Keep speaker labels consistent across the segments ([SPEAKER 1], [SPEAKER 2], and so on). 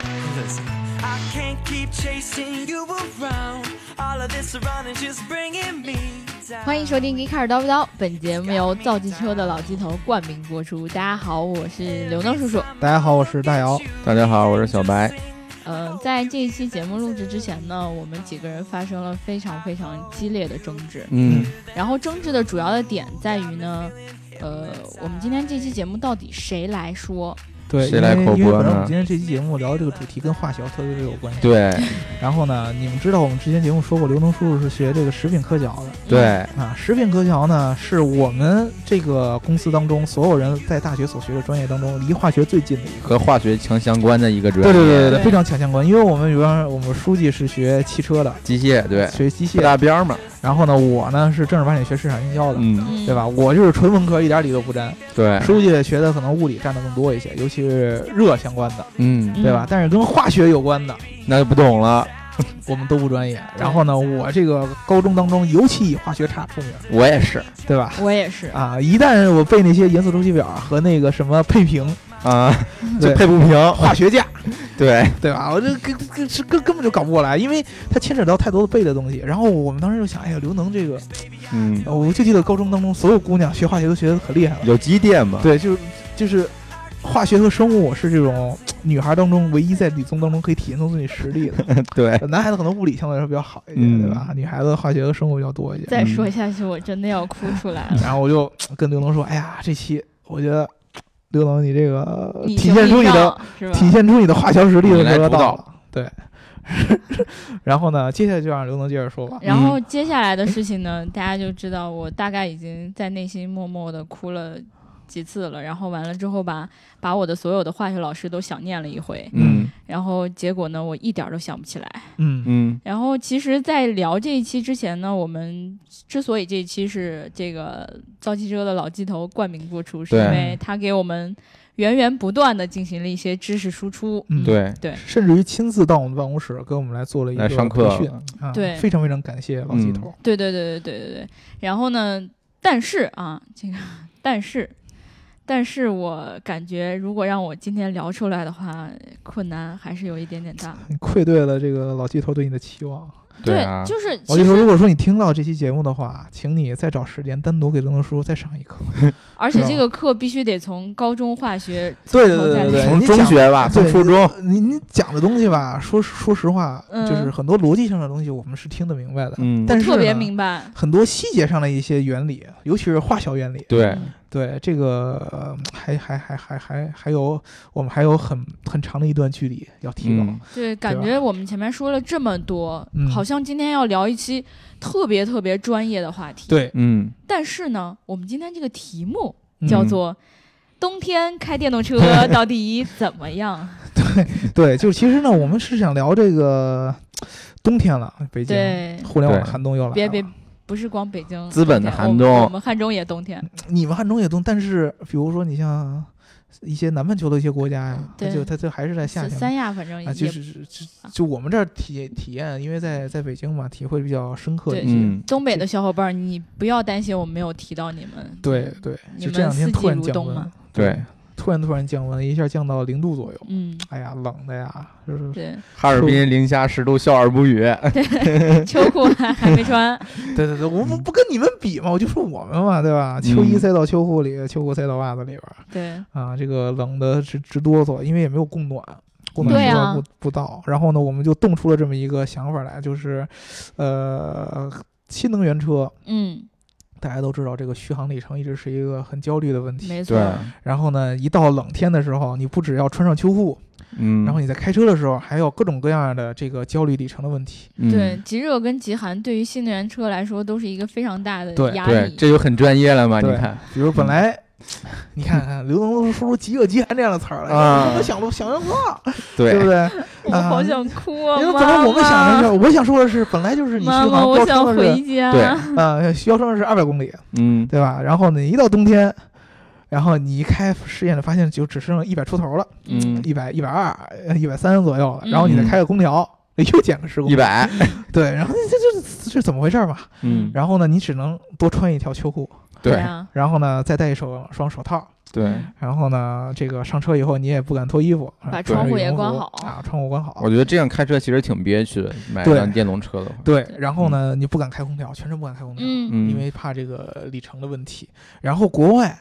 [SPEAKER 1] 真是。
[SPEAKER 2] I can't keep chasing you around. All of this surrounding just bringing me down.
[SPEAKER 3] 欢迎收听《迪卡尔叨不叨》，本节目由造汽车的老鸡头冠名播出。大家好，我是刘能叔叔。
[SPEAKER 4] 大家好，我是大姚。
[SPEAKER 5] 大家好，我是小白。
[SPEAKER 3] 嗯、在这一期节目录制之前呢，我们几个人发生了非常非常激烈的争执。
[SPEAKER 5] 嗯，
[SPEAKER 3] 然后争执的主要的点在于呢，呃，我们今天这期节目到底谁来说？
[SPEAKER 4] 对，
[SPEAKER 5] 谁来
[SPEAKER 4] 因为
[SPEAKER 5] 口
[SPEAKER 4] 因为
[SPEAKER 5] 播
[SPEAKER 4] 本来我
[SPEAKER 5] 呢
[SPEAKER 4] 们今天这期节目聊的这个主题跟化学特别有关系。。
[SPEAKER 5] 对
[SPEAKER 4] 然后呢，你们知道我们之前节目说过，刘能叔叔是学这个食品科学的
[SPEAKER 5] 对，
[SPEAKER 4] 啊。食品科学呢，是我们这个公司当中所有人在大学所学的专业当中离化学最近的一个。
[SPEAKER 5] 和化学强相关的一个专
[SPEAKER 4] 对
[SPEAKER 5] 业。
[SPEAKER 4] 对对
[SPEAKER 3] 对
[SPEAKER 4] 对，非常强相关。因为我们原来我们书记是学汽车的，
[SPEAKER 5] 机械对，
[SPEAKER 4] 学机械的。
[SPEAKER 5] 不搭边儿嘛。
[SPEAKER 4] 然后呢，我呢是正儿八经学市场营销的，
[SPEAKER 5] 嗯，哎
[SPEAKER 3] 嗯，
[SPEAKER 4] 对？吧？我就是纯文科，一点理都不沾。
[SPEAKER 5] 对，
[SPEAKER 4] 书记学的可能物理占的更多一些，尤其是热相关的。
[SPEAKER 5] 嗯，
[SPEAKER 4] 对吧？但是跟化学有关的，
[SPEAKER 5] 那就不懂了。
[SPEAKER 4] 我们都不专业。然后呢，我这个高中当中尤其以化学差出名，
[SPEAKER 5] 我也是
[SPEAKER 4] 对吧？
[SPEAKER 3] 我也是。
[SPEAKER 4] 啊，一旦我背那些元素周期表和那个什么配平、
[SPEAKER 5] 啊，就
[SPEAKER 4] 对
[SPEAKER 5] 配不平。
[SPEAKER 4] 化学价，
[SPEAKER 5] 对，
[SPEAKER 4] 对吧？我这根根是根根本就搞不过来，因为它牵扯到太多的背的东西。然后我们当时就想，哎呀，刘能这个，
[SPEAKER 5] 嗯，
[SPEAKER 4] 我就记得高中当中所有姑娘学化学都学得可厉害了，
[SPEAKER 5] 有机电嘛。
[SPEAKER 4] 对，就是就是。化学和生物是这种女孩当中唯一在理综当中可以体现出自己实力的，
[SPEAKER 5] 对，
[SPEAKER 4] 男孩子可能物理相对来说比较好一点，
[SPEAKER 5] 嗯
[SPEAKER 4] 对吧？女孩子化学和生物比较多一点。
[SPEAKER 3] 再说下去，我真的要哭出来 了。
[SPEAKER 4] 然后我就跟刘能说：“哎呀，这期我觉得刘能你这个
[SPEAKER 3] 你
[SPEAKER 4] 体现出你的
[SPEAKER 3] 是吧？
[SPEAKER 4] 体现出你的化学实力的
[SPEAKER 5] 你来
[SPEAKER 4] 得
[SPEAKER 5] 主导
[SPEAKER 4] 到了。”对。 然后呢，接下来就让刘能接着说吧。
[SPEAKER 3] 然后接下来的事情呢，大家就知道我大概已经在内心默默的哭了几次了。然后完了之后吧，把我的所有的化学老师都想念了一回。
[SPEAKER 5] 嗯
[SPEAKER 3] 然后结果呢，我一点儿都想不起来。
[SPEAKER 4] 嗯
[SPEAKER 5] 嗯
[SPEAKER 3] 然后其实，在聊这一期之前呢，我们之所以这一期是这个造汽车的老鸡头冠名播出，是因
[SPEAKER 5] 对
[SPEAKER 3] 为他给我们源源不断的进行了一些知识输出。
[SPEAKER 4] 嗯，，
[SPEAKER 5] 对，
[SPEAKER 4] 甚至于亲自到我们办公室跟我们来做了一个
[SPEAKER 5] 来上课嗯
[SPEAKER 4] 培训，啊，
[SPEAKER 3] 对
[SPEAKER 4] 非常非常感谢老鸡头。
[SPEAKER 3] 对对对对对对对。然后呢，但是啊，这个但是，但是我感觉如果让我今天聊出来的话，困难还是有一点点大。
[SPEAKER 4] 你愧对了这个老鸡头对你的期望。
[SPEAKER 5] 对啊
[SPEAKER 3] 就是
[SPEAKER 4] 老
[SPEAKER 3] 其
[SPEAKER 4] 鸡头，
[SPEAKER 3] 实，
[SPEAKER 4] 如果说你听到这期节目的话，请你再找时间单独给刘能叔叔再上一课。
[SPEAKER 3] 而且
[SPEAKER 4] 是吧
[SPEAKER 3] 这个课必须得从高中化学
[SPEAKER 4] 对
[SPEAKER 3] 对对对对
[SPEAKER 5] 从中学吧，
[SPEAKER 4] 对
[SPEAKER 5] 从初中。
[SPEAKER 4] 你你讲的东西吧，说说实话，
[SPEAKER 3] 嗯
[SPEAKER 4] 就是很多逻辑上的东西我们是听得明白的，
[SPEAKER 5] 嗯，
[SPEAKER 4] 但是
[SPEAKER 3] 特别
[SPEAKER 4] 呢
[SPEAKER 3] 明白。
[SPEAKER 4] 很多细节上的一些原理，尤其是化学原理，
[SPEAKER 5] 对
[SPEAKER 3] 嗯
[SPEAKER 4] 对这个、呃还还还还还还有我们还有很很长的一段距离要提高。
[SPEAKER 5] 嗯
[SPEAKER 3] 对，感
[SPEAKER 4] 吧
[SPEAKER 3] 觉我们前面说了这么多，
[SPEAKER 4] 嗯
[SPEAKER 3] 好像今天要聊一期特别特别专业的话题。，
[SPEAKER 4] 对，
[SPEAKER 5] 嗯，
[SPEAKER 3] 但是呢，我们今天这个题目
[SPEAKER 4] 嗯
[SPEAKER 3] 叫做“冬天开电动车 到底怎么样
[SPEAKER 5] 嗯
[SPEAKER 4] 对，就是其实呢，我们是想聊这个冬天了，北”？京
[SPEAKER 3] 对，
[SPEAKER 4] 互联网
[SPEAKER 5] 对
[SPEAKER 4] 寒冬又来了，
[SPEAKER 3] 别别，不是光北京，
[SPEAKER 5] 资本的寒
[SPEAKER 3] 冬天，我
[SPEAKER 5] 冬
[SPEAKER 3] 们我们汉中也冬天。
[SPEAKER 4] 你们汉中也冬，但是比如说你像一些南半球的一些国家呀，它
[SPEAKER 3] 对
[SPEAKER 4] 就它就还是在夏
[SPEAKER 3] 三
[SPEAKER 4] 天嘛。
[SPEAKER 3] 三亚反正也
[SPEAKER 4] 啊，就是就就我们这儿体体验，因为在在北京嘛，体会比较深刻
[SPEAKER 3] 对
[SPEAKER 4] 一些。
[SPEAKER 5] 嗯，
[SPEAKER 3] 东北的小伙伴儿，你不要担心我们没有提到你们。
[SPEAKER 4] 对对，
[SPEAKER 3] 你
[SPEAKER 4] 就
[SPEAKER 3] 们
[SPEAKER 4] 这两天
[SPEAKER 3] 四季
[SPEAKER 4] 突然
[SPEAKER 3] 如
[SPEAKER 4] 降
[SPEAKER 3] 冬
[SPEAKER 4] 温
[SPEAKER 3] 嘛，
[SPEAKER 5] 对，
[SPEAKER 4] 突然突然降温，一下降到零度左右。
[SPEAKER 3] 嗯，
[SPEAKER 4] 哎呀，冷的呀，就是
[SPEAKER 3] 对，
[SPEAKER 5] 哈尔滨零下十度，笑而不语。
[SPEAKER 3] 秋裤还还没穿，
[SPEAKER 4] 对对对，我不不跟你们比嘛，我就说我们嘛，对吧？秋衣
[SPEAKER 5] 嗯
[SPEAKER 4] 塞到秋裤里，秋裤塞到袜子里边儿
[SPEAKER 3] 对，
[SPEAKER 4] 啊，这个冷的直直哆嗦，因为也没有供暖。供暖
[SPEAKER 3] 对
[SPEAKER 4] 渠
[SPEAKER 3] 啊
[SPEAKER 4] 道不不到，然后呢，我们就动出了这么一个想法来，就是，呃，新能源车，
[SPEAKER 3] 嗯，
[SPEAKER 4] 大家都知道这个续航里程一直是一个很焦虑的问题。
[SPEAKER 3] 没错
[SPEAKER 5] 对，，
[SPEAKER 4] 然后呢，一到冷天的时候，你不只要穿上秋裤，
[SPEAKER 5] 嗯，
[SPEAKER 4] 然后你在开车的时候还有各种各样的这个焦虑里程的问题。
[SPEAKER 5] 嗯
[SPEAKER 3] 对，极热跟极寒对于新能源车来说都是一个非常大的
[SPEAKER 4] 对
[SPEAKER 3] 压
[SPEAKER 5] 对
[SPEAKER 3] 力，。
[SPEAKER 5] 这就很专业了嘛，你
[SPEAKER 4] 对
[SPEAKER 5] 看
[SPEAKER 4] 比如本 来，你看看刘能说出“极热极寒”这样的词儿来，
[SPEAKER 5] 啊
[SPEAKER 4] 我都想都想象不到，对
[SPEAKER 5] 对
[SPEAKER 4] 不对？
[SPEAKER 3] 我
[SPEAKER 4] 啊
[SPEAKER 3] 好想哭啊！
[SPEAKER 4] 因为
[SPEAKER 3] 妈
[SPEAKER 4] 本来我们想
[SPEAKER 3] 妈
[SPEAKER 4] 的是，我想说的是，本来就是你续
[SPEAKER 3] 妈
[SPEAKER 4] 航
[SPEAKER 3] 妈，我
[SPEAKER 4] 标
[SPEAKER 3] 想
[SPEAKER 4] 称的是
[SPEAKER 3] 回家。
[SPEAKER 5] 对
[SPEAKER 4] 啊，标称的是二百公里，
[SPEAKER 5] 嗯，
[SPEAKER 4] 对吧？然后你一到冬天，然后你一开试验，发现就只剩一百出头了。
[SPEAKER 5] 嗯
[SPEAKER 4] 一百一百二、呃一百三左右了，
[SPEAKER 3] 嗯
[SPEAKER 4] 然后你再开个空调，哎又减个十公
[SPEAKER 5] 一
[SPEAKER 4] 里，
[SPEAKER 5] 百，
[SPEAKER 4] 对，然后这这这这怎么回事儿嘛？
[SPEAKER 5] 嗯，
[SPEAKER 4] 然后呢，你只能多穿一条秋裤，
[SPEAKER 3] 对
[SPEAKER 5] 对，
[SPEAKER 3] 啊，
[SPEAKER 4] 然后呢再戴一手双手套，
[SPEAKER 5] 对，
[SPEAKER 4] 然后呢，这个上车以后你也不敢脱衣服，
[SPEAKER 3] 把
[SPEAKER 4] 啊
[SPEAKER 3] 窗户
[SPEAKER 4] 穿着
[SPEAKER 3] 也
[SPEAKER 4] 羽绒
[SPEAKER 3] 关
[SPEAKER 4] 服
[SPEAKER 3] 好
[SPEAKER 4] 啊，窗户关好
[SPEAKER 5] 我。觉得这样开车其实挺憋屈的，买一
[SPEAKER 4] 对
[SPEAKER 5] 辆电动车的话，
[SPEAKER 4] 对，然后呢，你不敢开空调，全程不敢开空调，
[SPEAKER 3] 嗯，
[SPEAKER 5] 嗯，
[SPEAKER 4] 因为怕这个里程的问题。然后国外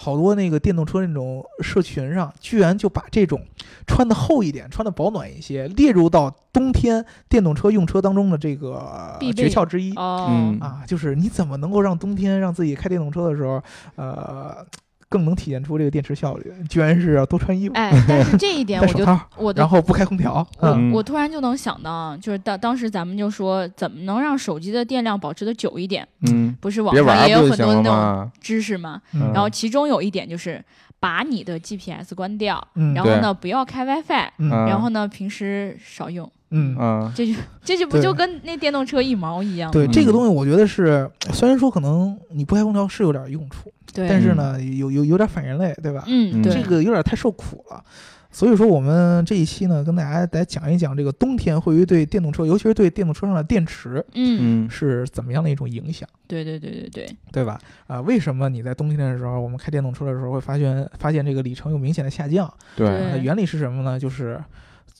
[SPEAKER 4] 好多那个电动车那种社群上，居然就把这种穿的厚一点、穿的保暖一些列入到冬天电动车用车当中的这个
[SPEAKER 3] 必备
[SPEAKER 4] 诀窍之一。
[SPEAKER 3] 哦
[SPEAKER 5] 嗯，
[SPEAKER 4] 啊，就是你怎么能够让冬天让自己开电动车的时候，呃，更能体现出这个电池效率？居然是要多穿衣服，
[SPEAKER 3] 哎，但是这一点
[SPEAKER 4] 戴
[SPEAKER 3] 我
[SPEAKER 4] 手
[SPEAKER 3] 就
[SPEAKER 4] 套，
[SPEAKER 3] 我就
[SPEAKER 4] 然后不开空调。
[SPEAKER 3] 我、
[SPEAKER 4] 嗯，
[SPEAKER 3] 我突然就能想到啊，就是当当时咱们就说，怎么能让手机的电量保持的久一点？
[SPEAKER 5] 嗯，
[SPEAKER 3] 不是网
[SPEAKER 5] 别
[SPEAKER 3] 上
[SPEAKER 5] 玩
[SPEAKER 3] 也
[SPEAKER 5] 儿
[SPEAKER 3] 有
[SPEAKER 5] 不就
[SPEAKER 3] 很多
[SPEAKER 5] 行了
[SPEAKER 3] 那种
[SPEAKER 5] 吗？
[SPEAKER 3] 知识嘛。
[SPEAKER 5] 嗯
[SPEAKER 3] 然后其中有一点就是把你的 GPS 关掉，
[SPEAKER 4] 嗯
[SPEAKER 3] 然后
[SPEAKER 5] 对
[SPEAKER 3] 呢不要开 WiFi，
[SPEAKER 5] 嗯
[SPEAKER 4] 嗯
[SPEAKER 3] 然后呢平时少用，
[SPEAKER 4] 嗯
[SPEAKER 5] 啊，
[SPEAKER 3] 这就这就不
[SPEAKER 4] 对
[SPEAKER 3] 就跟那电动车一毛一样吗？
[SPEAKER 4] 对这个
[SPEAKER 5] 嗯
[SPEAKER 4] 东西，我觉得是虽然说可能你不开空调是有点用处，
[SPEAKER 3] 对，
[SPEAKER 4] 但是呢，有有有点反人类，对吧？
[SPEAKER 3] 嗯
[SPEAKER 5] 嗯
[SPEAKER 3] 对
[SPEAKER 4] 这个有点太受苦了。所以说，我们这一期呢，跟大家来讲一讲这个冬天会于对电动车，尤其是对电动车上的电池
[SPEAKER 3] 嗯
[SPEAKER 5] 嗯
[SPEAKER 4] 是怎么样的一种影响。
[SPEAKER 3] 对对对对对，
[SPEAKER 4] 对吧？啊、为什么你在冬天的时候，我们开电动车的时候会发现发现这个里程有明显的下降？
[SPEAKER 5] 对
[SPEAKER 3] 对
[SPEAKER 4] 那原理是什么呢？就是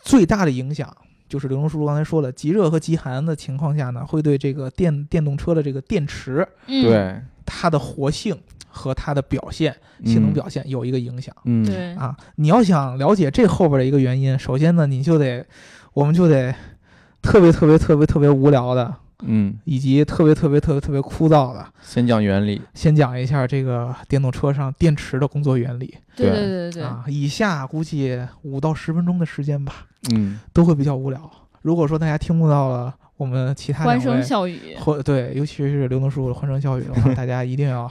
[SPEAKER 4] 最大的影响就是刘荣叔叔刚才说的，极热和极寒的情况下呢，会对这个电电动车的这个电池
[SPEAKER 3] 嗯
[SPEAKER 5] 对，
[SPEAKER 4] 它的活性和它的表现、嗯性能表现有一个影响。
[SPEAKER 5] 嗯，嗯
[SPEAKER 3] 对
[SPEAKER 4] 啊，你要想了解这后边的一个原因，首先呢，你就得，我们就得特别特别特别特别无聊的，
[SPEAKER 5] 嗯，
[SPEAKER 4] 以及特别特别特别特别枯燥的，
[SPEAKER 5] 先讲原理，
[SPEAKER 4] 先讲一下这个电动车上电池的工作原理
[SPEAKER 3] 对
[SPEAKER 5] 对
[SPEAKER 3] 对对对
[SPEAKER 4] 啊，以下估计五到十分钟的时间吧，
[SPEAKER 5] 嗯，
[SPEAKER 4] 都会比较无聊。如果说大家听不到了我们其他
[SPEAKER 3] 欢
[SPEAKER 4] 两
[SPEAKER 3] 声
[SPEAKER 4] 位
[SPEAKER 3] 笑语，
[SPEAKER 4] 或对，尤其是刘能叔叔的欢声笑语的话，大家一定要